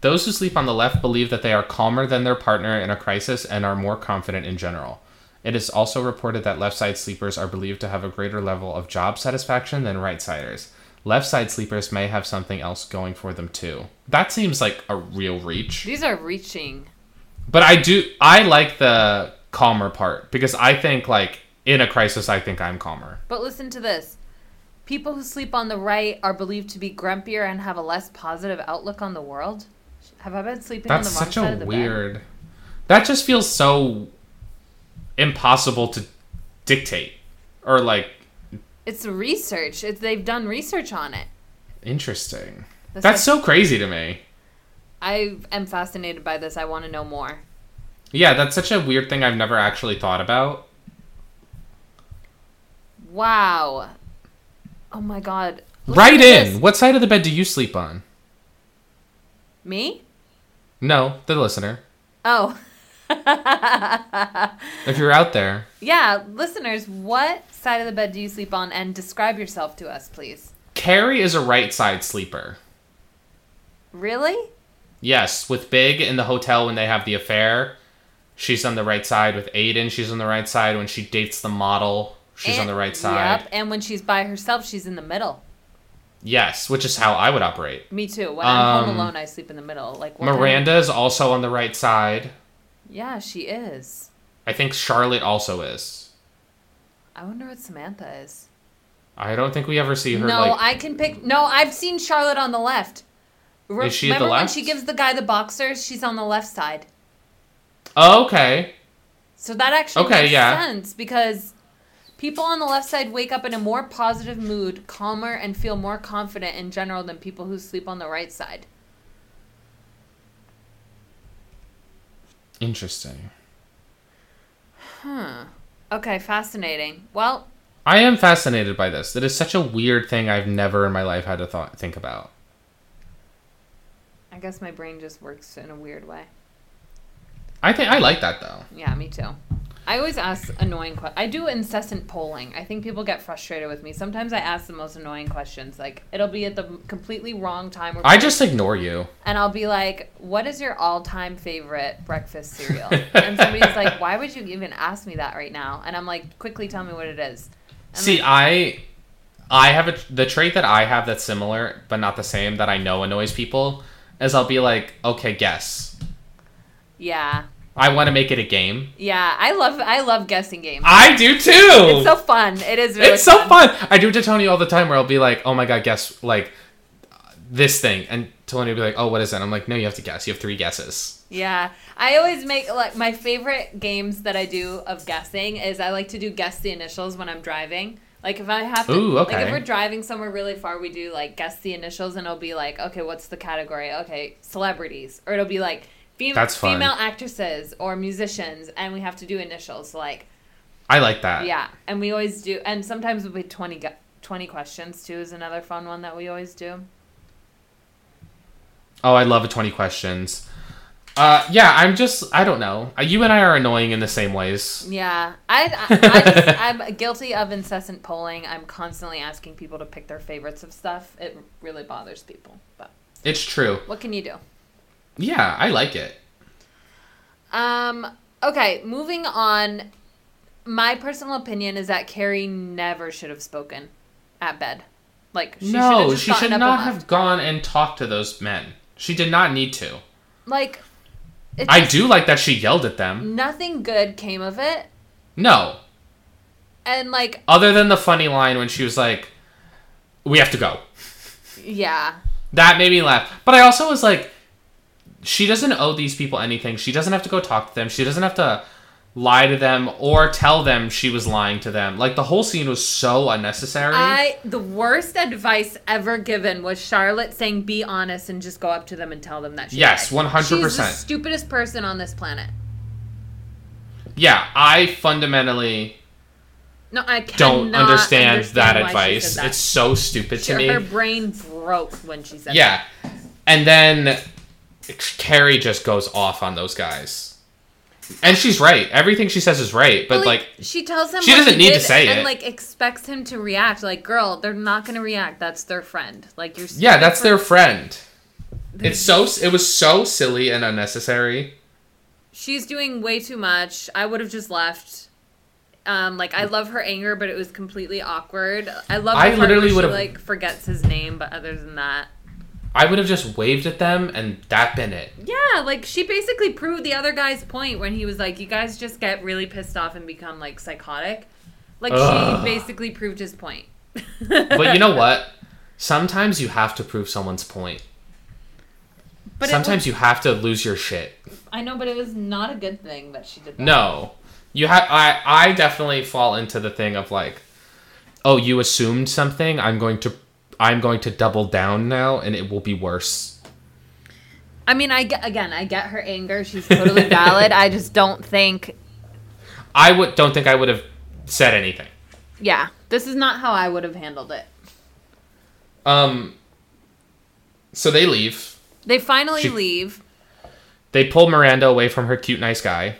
Speaker 5: Those who sleep on the left believe that they are calmer than their partner in a crisis and are more confident in general. It is also reported that left side sleepers are believed to have a greater level of job satisfaction than right siders. Left side sleepers may have something else going for them too. That seems like a real reach.
Speaker 4: These are reaching.
Speaker 5: But I do I like the calmer part because I think like in a crisis I think I'm calmer.
Speaker 4: But listen to this. People who sleep on the right are believed to be grumpier and have a less positive outlook on the world. Have I been sleeping
Speaker 5: That's
Speaker 4: on the wrong
Speaker 5: such
Speaker 4: side
Speaker 5: a
Speaker 4: of the bed?
Speaker 5: weird. That just feels so impossible to dictate or like
Speaker 4: It's research. It's, they've done research on it.
Speaker 5: interesting.
Speaker 4: This
Speaker 5: That's
Speaker 4: is-
Speaker 5: so crazy to me.
Speaker 4: I am fascinated by this. I want to know more.
Speaker 5: Yeah, that's such a weird thing I've never actually thought about.
Speaker 4: Wow. Oh my god. Listen
Speaker 5: right
Speaker 4: to
Speaker 5: in.
Speaker 4: this.
Speaker 5: What side of the bed do you sleep on?
Speaker 4: Me?
Speaker 5: No, the listener.
Speaker 4: Oh. (laughs)
Speaker 5: If you're out there,
Speaker 4: yeah, listeners, what side of the bed do you sleep on and describe yourself to us, please?
Speaker 5: Carrie is a right side sleeper.
Speaker 4: Really?
Speaker 5: Yes, with Big in the hotel when they have the affair. She's on the right side with Aiden. She's on the right side when she dates the model. She's on
Speaker 4: And-
Speaker 5: the right side.
Speaker 4: Yep, and when she's by herself, she's in the middle.
Speaker 5: Yes, which is how I would operate.
Speaker 4: Me too. When I'm
Speaker 5: Um,
Speaker 4: home alone, I sleep in the middle. Like what kind of-
Speaker 5: Miranda is also on the right side.
Speaker 4: yeah, she is.
Speaker 5: I think Charlotte also is.
Speaker 4: I wonder what Samantha is.
Speaker 5: I don't think we ever see her.
Speaker 4: No,
Speaker 5: like,
Speaker 4: I can pick. No, I've seen Charlotte on the left. Re-
Speaker 5: Is she at the
Speaker 4: Remember when
Speaker 5: left?
Speaker 4: she gives the guy the boxers? She's on the left side.
Speaker 5: Oh, okay.
Speaker 4: So that actually
Speaker 5: Okay,
Speaker 4: makes
Speaker 5: yeah.
Speaker 4: sense because people on the left side wake up in a more positive mood, calmer, and feel more confident in general than people who sleep on the right side.
Speaker 5: Interesting.
Speaker 4: Okay, fascinating. Well,
Speaker 5: I am fascinated by this. That is such a weird thing I've never in my life had to thought, think about.
Speaker 4: I guess my brain just works in a weird way.
Speaker 5: I think I like that though.
Speaker 4: Yeah, me too. I always ask annoying questions. I do incessant polling. I think people get frustrated with me. Sometimes I ask the most annoying questions. Like, it'll be at the completely wrong time. or
Speaker 5: I just ignore you.
Speaker 4: and I'll be like, "What is your all-time favorite breakfast
Speaker 5: (laughs)
Speaker 4: cereal?" and somebody's like, "Why would you even ask me that right now?" And I'm like, "Quickly tell me what it is." And
Speaker 5: See, I I have a, the trait that I have that's similar but not the same that I know annoys people is I'll be like, "Okay, guess."
Speaker 4: Yeah,
Speaker 5: I want to make it a game.
Speaker 4: yeah. I love I love guessing games.
Speaker 5: I do too.
Speaker 4: it's so fun. It is. Really
Speaker 5: Oh. it's so fun. I do it to Tony all the time where I'll be like, oh my God, guess like this thing. And Tony will be like, oh, what is that? I'm like, no, you have to guess. You have three guesses.
Speaker 4: Yeah, I always make like my favorite games that I do of guessing is I like to do guess the initials when I'm driving. Like if I have to,
Speaker 5: Ooh,
Speaker 4: like
Speaker 5: okay.
Speaker 4: if we're driving somewhere really far, we do like guess the initials, and it'll be like, okay, what's the category? Okay, celebrities, or it'll be like fem-
Speaker 5: That's fun.
Speaker 4: female actresses or musicians, and we have to do initials. Like
Speaker 5: I like that.
Speaker 4: yeah, and we always do, and sometimes we will be 20, gu- 20 questions too is another fun one that we always do.
Speaker 5: Oh, I love a 20 questions. Uh, yeah, I'm just, I don't know. Uh, You and I are annoying in the same ways.
Speaker 4: Yeah, I, I, I
Speaker 5: (laughs)
Speaker 4: just, I'm guilty of incessant polling. I'm constantly asking people to pick their favorites of stuff. It really bothers people. But
Speaker 5: It's true.
Speaker 4: what can you do?
Speaker 5: Yeah, I like it.
Speaker 4: Um. Okay, moving on. My personal opinion is that Carrie never should have spoken at bed. Like she should have
Speaker 5: no,
Speaker 4: just
Speaker 5: she
Speaker 4: gotten
Speaker 5: should
Speaker 4: up
Speaker 5: not
Speaker 4: and
Speaker 5: have
Speaker 4: left.
Speaker 5: gone and talked to those men. She did not need to.
Speaker 4: Like, it
Speaker 5: I
Speaker 4: just-
Speaker 5: do like that she yelled at them.
Speaker 4: Nothing good came of it,
Speaker 5: No.
Speaker 4: and like,
Speaker 5: Other than the funny line when she was like, we have to go.
Speaker 4: yeah,
Speaker 5: That made me laugh. But I also was like, she doesn't owe these people anything. She doesn't have to go talk to them. She doesn't have to lie to them or tell them she was lying to them. Like the whole scene was so unnecessary.
Speaker 4: I the worst advice ever given was Charlotte saying, "Be honest and just go up to them and tell them that." She
Speaker 5: Yes,
Speaker 4: lied."
Speaker 5: 100%.
Speaker 4: She's the stupidest person on this planet.
Speaker 5: yeah, I fundamentally
Speaker 4: No, I cannot
Speaker 5: don't understand, that
Speaker 4: why she
Speaker 5: advice.
Speaker 4: said that.
Speaker 5: It's so stupid
Speaker 4: She-
Speaker 5: to me.
Speaker 4: her brain broke when she said.
Speaker 5: yeah. And then Carrie just goes off on those guys. And she's right. Everything she says is right,
Speaker 4: that.
Speaker 5: but like
Speaker 4: she tells him
Speaker 5: she
Speaker 4: what
Speaker 5: doesn't
Speaker 4: he
Speaker 5: need to
Speaker 4: did
Speaker 5: say
Speaker 4: and
Speaker 5: it.
Speaker 4: like expects him to react. Like, girl, they're not gonna react. That's their friend. Like you're.
Speaker 5: Yeah,
Speaker 4: stupid
Speaker 5: that's
Speaker 4: for-
Speaker 5: their friend. It's so it was so silly and unnecessary.
Speaker 4: she's doing way too much. I would have just left. Um, like I love her anger, but it was completely awkward. I love.
Speaker 5: I
Speaker 4: the part where
Speaker 5: literally
Speaker 4: she,
Speaker 5: would've-
Speaker 4: like forgets his name, but other than that,
Speaker 5: I would have just waved at them and that been it.
Speaker 4: yeah, like she basically proved the other guy's point when he was like, "You guys just get really pissed off and become like psychotic." Like
Speaker 5: Ugh.
Speaker 4: she basically proved his point. (laughs)
Speaker 5: But you know what? Sometimes you have to prove someone's point.
Speaker 4: But it
Speaker 5: Sometimes
Speaker 4: was-
Speaker 5: you have to lose your shit.
Speaker 4: I know, but it was not a good thing that she did. That.
Speaker 5: No. You have I I definitely fall into the thing of like oh, you assumed something. I'm going to I'm going to double down now and it will be worse.
Speaker 4: I mean, I get, again, I get her anger. She's
Speaker 5: (laughs)
Speaker 4: totally valid. I just don't think
Speaker 5: I would don't think I would have said anything.
Speaker 4: Yeah, this is not how I would have handled it.
Speaker 5: Um so they leave.
Speaker 4: They finally
Speaker 5: She-
Speaker 4: leave,
Speaker 5: They pull Miranda away from her cute, nice guy.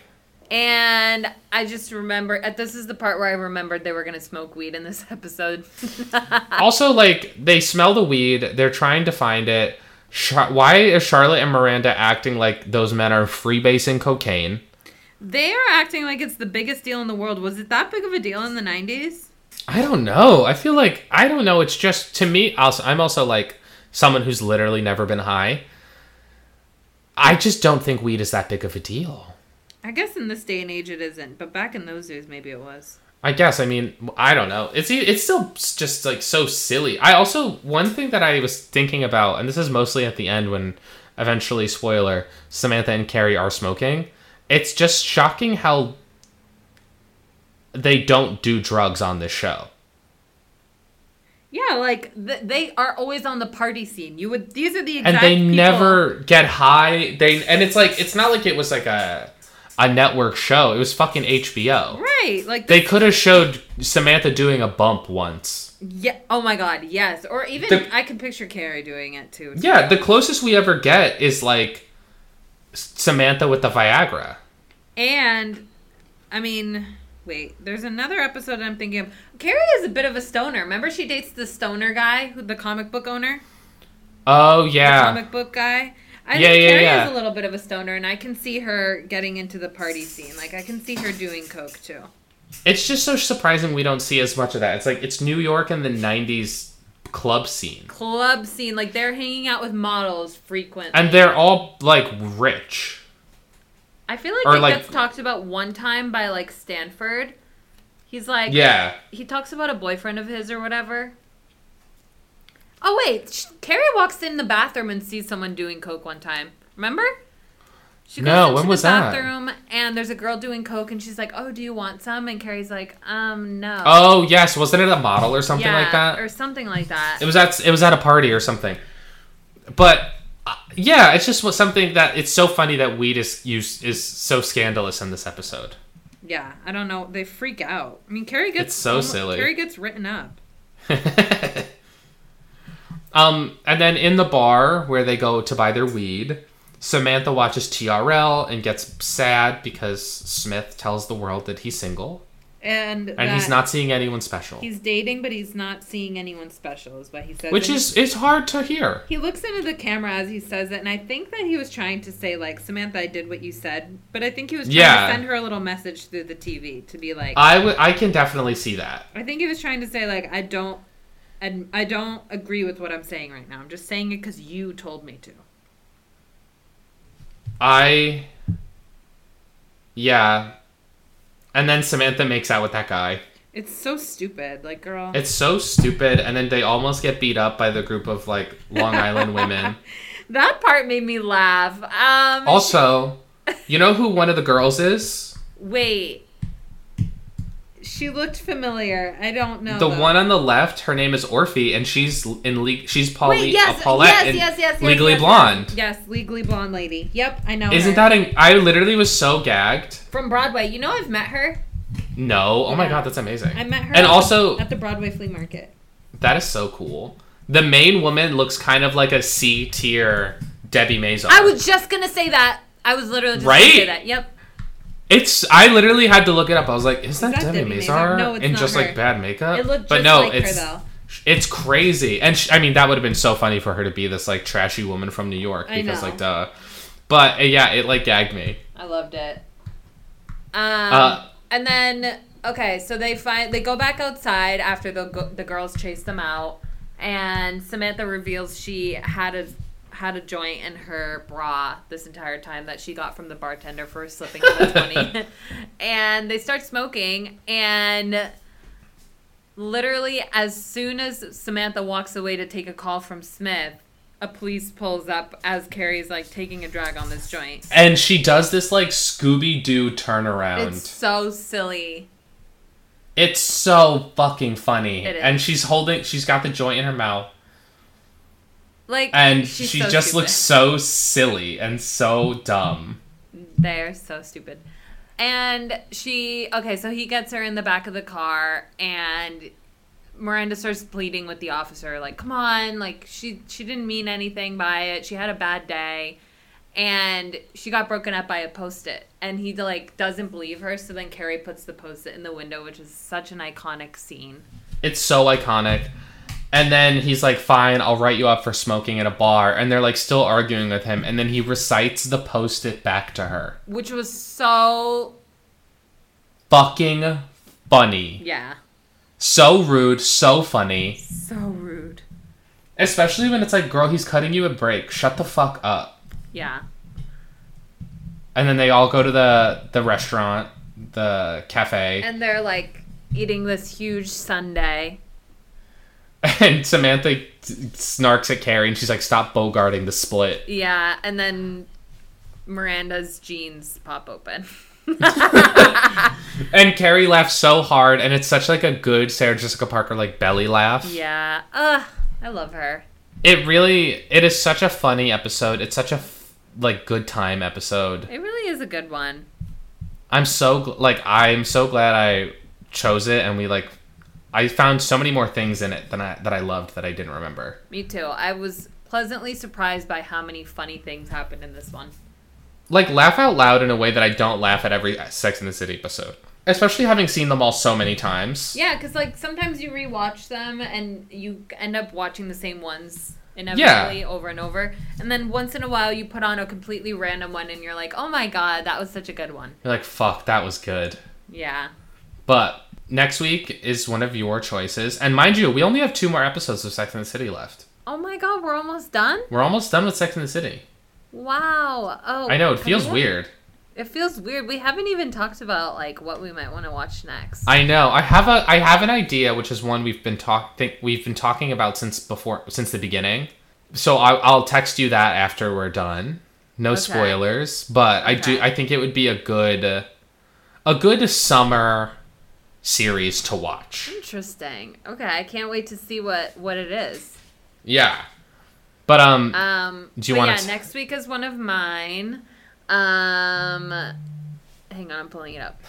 Speaker 4: and I just remember. uh, This is the part where I remembered they were gonna smoke weed in this (laughs) episode.
Speaker 5: Also, like, they smell the weed. They're trying to find it. Char- Why is Charlotte and Miranda acting like those men are freebasing cocaine?
Speaker 4: they are acting like it's the biggest deal in the world. Was it that big of a deal in the '90s?
Speaker 5: I don't know. I feel like, I don't know. It's just, to me, also, I'm also like someone who's literally never been high. I just don't think weed is that big of a deal.
Speaker 4: I guess in this day and age it isn't, but back in those days maybe it was.
Speaker 5: I guess. I mean, I don't know. It's e- it's still s- just like so silly. I also one thing that I was thinking about, and this is mostly at the end when eventually spoiler Samantha and Carrie are smoking. It's just shocking how they don't do drugs on this show.
Speaker 4: Yeah, like th- they are always on the party scene. You would these are the exact
Speaker 5: and they
Speaker 4: people-
Speaker 5: never get high. They and it's like it's not like it was like a a network show. It was fucking HBO.
Speaker 4: right like
Speaker 5: They could have showed Samantha doing a bump once.
Speaker 4: yeah oh my god yes or even
Speaker 5: The-
Speaker 4: I can picture Carrie doing it too.
Speaker 5: Yeah, the closest we ever get is like S- Samantha with the Viagra.
Speaker 4: And I mean, wait, there's another episode I'm thinking of. Carrie is a bit of a stoner. Remember she dates the stoner guy, who the comic book owner,
Speaker 5: Oh
Speaker 4: the
Speaker 5: yeah.
Speaker 4: comic book guy. I
Speaker 5: Yeah,
Speaker 4: think
Speaker 5: yeah,
Speaker 4: Carrie
Speaker 5: yeah.
Speaker 4: is a little bit of a stoner, and I can see her getting into the party scene. Like I can see her doing coke too.
Speaker 5: It's just so surprising we don't see as much of that. It's like it's New York in the '90s club scene,
Speaker 4: Club scene, like they're hanging out with models frequently.
Speaker 5: and they're all like rich.
Speaker 4: I feel like
Speaker 5: Or,
Speaker 4: it
Speaker 5: like-
Speaker 4: gets talked about one time by like Stanford. He's like,
Speaker 5: Yeah,
Speaker 4: he talks about a boyfriend of his or whatever. Oh wait, sh- Carrie walks in the bathroom and sees someone doing coke one time. Remember? She goes
Speaker 5: No,
Speaker 4: into
Speaker 5: when
Speaker 4: the
Speaker 5: was that?
Speaker 4: bathroom and there's a girl doing coke and she's like, "Oh, do you want some?" And Carrie's like, "Um, no."
Speaker 5: Oh yes, wasn't it a model or something like that?
Speaker 4: or something like that.
Speaker 5: it was at it was at a party or something. But uh, yeah, it's just what- something that it's so funny that weed is used is so scandalous in this episode.
Speaker 4: yeah, I don't know. They freak out. I mean, Carrie gets
Speaker 5: It's so
Speaker 4: almost-
Speaker 5: silly.
Speaker 4: Carrie gets written up.
Speaker 5: (laughs) um, and then in the bar where they go to buy their weed, Samantha watches TRL and gets sad because Smith tells the world that he's single
Speaker 4: And
Speaker 5: and he's
Speaker 4: that
Speaker 5: not seeing anyone special,
Speaker 4: He's dating, but he's not seeing anyone special, is what he says.
Speaker 5: which
Speaker 4: And
Speaker 5: is it's hard to hear.
Speaker 4: He looks into the camera as he says it, and I think that he was trying to say, like, Samantha, I did what you said, but I think he was trying
Speaker 5: Yeah.
Speaker 4: to send her a little message through the TV to be like, I,
Speaker 5: I would I can definitely see that.
Speaker 4: think he was trying to say, like, I don't, I, I don't agree with what I'm saying right now. I'm just saying it because you told me to.
Speaker 5: I. Yeah. And then Samantha makes out with that guy.
Speaker 4: It's so stupid, like, girl.
Speaker 5: It's so stupid. And then they almost get beat up by the group of like Long Island women.
Speaker 4: (laughs) that part made me laugh. Um,
Speaker 5: (laughs) Also, you know who one of the girls is?
Speaker 4: wait. She looked familiar. I don't know.
Speaker 5: The
Speaker 4: though.
Speaker 5: one on the left, her name is Orphe, and she's in Le- she's Paulette.
Speaker 4: Wait, yes,
Speaker 5: uh, Paulette
Speaker 4: yes,
Speaker 5: in
Speaker 4: yes, yes, yes,
Speaker 5: Legally
Speaker 4: yes, yes.
Speaker 5: Blonde.
Speaker 4: Yes, Legally Blonde lady. Yep, I know.
Speaker 5: Isn't
Speaker 4: her.
Speaker 5: that? In- I literally was so gagged.
Speaker 4: from Broadway? You know, I've met her.
Speaker 5: No, oh my
Speaker 4: Yeah.
Speaker 5: god, that's amazing.
Speaker 4: I met her.
Speaker 5: And
Speaker 4: at
Speaker 5: also,
Speaker 4: the, at the Broadway flea market.
Speaker 5: that is so cool. The main woman looks kind of like a C tier Debbie Mazar.
Speaker 4: I was just gonna say that. I was literally just
Speaker 5: Right?
Speaker 4: gonna say that. Yep.
Speaker 5: It's. I literally had to look it up. I was like, "Is that,
Speaker 4: that Demi
Speaker 5: Demi, Mazar?"
Speaker 4: Mazar? No, it's
Speaker 5: and
Speaker 4: not
Speaker 5: just
Speaker 4: her.
Speaker 5: like bad makeup.
Speaker 4: It looked
Speaker 5: but
Speaker 4: just
Speaker 5: no,
Speaker 4: like
Speaker 5: it's
Speaker 4: her though.
Speaker 5: it's crazy. And sh I mean, that would have been so funny for her to be this like trashy woman from New York
Speaker 4: I
Speaker 5: because
Speaker 4: know.
Speaker 5: like duh. But uh, yeah, it like gagged me.
Speaker 4: I loved it. Um,
Speaker 5: Uh,
Speaker 4: and then okay, so they find they go back outside after the go- the girls chase them out, and Samantha reveals she had a had a joint in her bra this entire time that she got from the bartender for slipping on a twenty, and they start smoking and. Literally, as soon as Samantha walks away to take a call from Smith, a police pulls up as Carrie's like taking a drag on this joint.
Speaker 5: And she does this like Scooby Doo turnaround.
Speaker 4: It's
Speaker 5: It's,
Speaker 4: so silly.
Speaker 5: so fucking funny.
Speaker 4: It is.
Speaker 5: And she's holding. She's got the joint in her mouth,
Speaker 4: Like,
Speaker 5: and
Speaker 4: she's
Speaker 5: she
Speaker 4: so
Speaker 5: just
Speaker 4: stupid.
Speaker 5: looks so silly and so dumb.
Speaker 4: They're so stupid. And she, okay, so he gets her in the back of the car, and Miranda starts pleading with the officer, like, "Come on, like she she didn't mean anything by it. She had a bad day." And she got broken up by a post-it, and he like doesn't believe her. So then Carrie puts the post-it in the window, which is such an iconic scene.
Speaker 5: It's so iconic. And then he's like, fine, I'll write you up for smoking at a bar. And they're like still arguing with him. And then he recites the post it back to her.
Speaker 4: Which was so
Speaker 5: Fucking funny.
Speaker 4: yeah,
Speaker 5: So rude, so funny.
Speaker 4: so rude.
Speaker 5: Especially when it's like, girl, he's cutting you a break. Shut the fuck up.
Speaker 4: Yeah.
Speaker 5: And then they all go to the, the restaurant, the cafe. (laughs)
Speaker 4: and they're like eating this huge sundae.
Speaker 5: And Samantha t- snarks at Carrie and she's like, stop bogarting the split.
Speaker 4: Yeah, and then Miranda's jeans pop open. (laughs)
Speaker 5: And Carrie laughs so hard. And it's such like a good Sarah Jessica Parker like belly laugh.
Speaker 4: yeah. Ugh, I love her.
Speaker 5: it really it is such a funny episode it's such a f- like good time episode
Speaker 4: It really is a good one.
Speaker 5: i'm so gl- like i'm so glad i chose it and we like i found so many more things in it than i that i loved that i didn't remember
Speaker 4: Me too. I was pleasantly surprised by how many funny things happened in this one.
Speaker 5: like laugh out loud in a way that I don't laugh at every Sex in the City episode, especially having seen them all so many times.
Speaker 4: Yeah, because like sometimes you rewatch them and you end up watching the same ones inevitably over and over, and then once in a while you put on a completely random one and you're like, oh my god, that was such a good one.
Speaker 5: You're like, fuck, that was good.
Speaker 4: Yeah.
Speaker 5: But next week is one of your choices, and mind you, we only have two more episodes of Sex in the City left.
Speaker 4: Oh my god, we're almost done.
Speaker 5: We're almost done with Sex in the City.
Speaker 4: Wow. Oh.
Speaker 5: I know it
Speaker 4: have
Speaker 5: feels
Speaker 4: we-
Speaker 5: weird.
Speaker 4: It feels weird. We haven't even talked about like what we might want to watch next.
Speaker 5: I know. I have a I have an idea, which is one we've been talk think we've been talking about since before since the beginning. So I, I'll text you that after we're done. No spoilers, but I do.
Speaker 4: Okay.
Speaker 5: I think it would be a good a good summer series to watch.
Speaker 4: Interesting. Okay, I can't wait to see what what it is.
Speaker 5: Yeah. But um,
Speaker 4: Um,
Speaker 5: Do you
Speaker 4: but
Speaker 5: wanna
Speaker 4: Yeah,
Speaker 5: t-
Speaker 4: next week is one of mine. Um, hang on, I'm pulling it
Speaker 5: (laughs)
Speaker 4: up.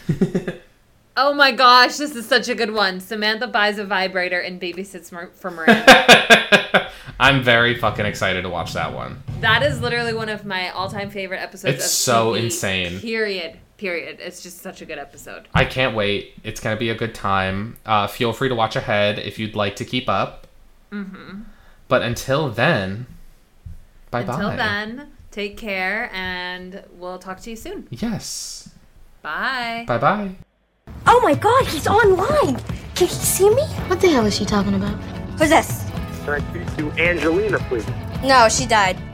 Speaker 4: oh my gosh, this is such a good one. Samantha buys a vibrator and babysits Mar- for
Speaker 5: (laughs)
Speaker 4: Miranda.
Speaker 5: (laughs) I'm very fucking excited to watch that one.
Speaker 4: that is literally one of my all-time favorite episodes.
Speaker 5: It's
Speaker 4: of
Speaker 5: so
Speaker 4: TV,
Speaker 5: insane.
Speaker 4: Period. Period. It's just such a good episode.
Speaker 5: I can't wait. It's gonna be a good time. Uh, feel free to watch ahead if you'd like to keep up. But until then, bye bye.
Speaker 4: Mm-hmm. Until then, take care, and we'll talk to you soon.
Speaker 5: Yes.
Speaker 4: Bye.
Speaker 5: Bye bye.
Speaker 2: Oh my god, he's online! Can he see me? What the hell is she talking about? Who's this?
Speaker 1: Can I speak to Angelina, please?
Speaker 2: No, she died.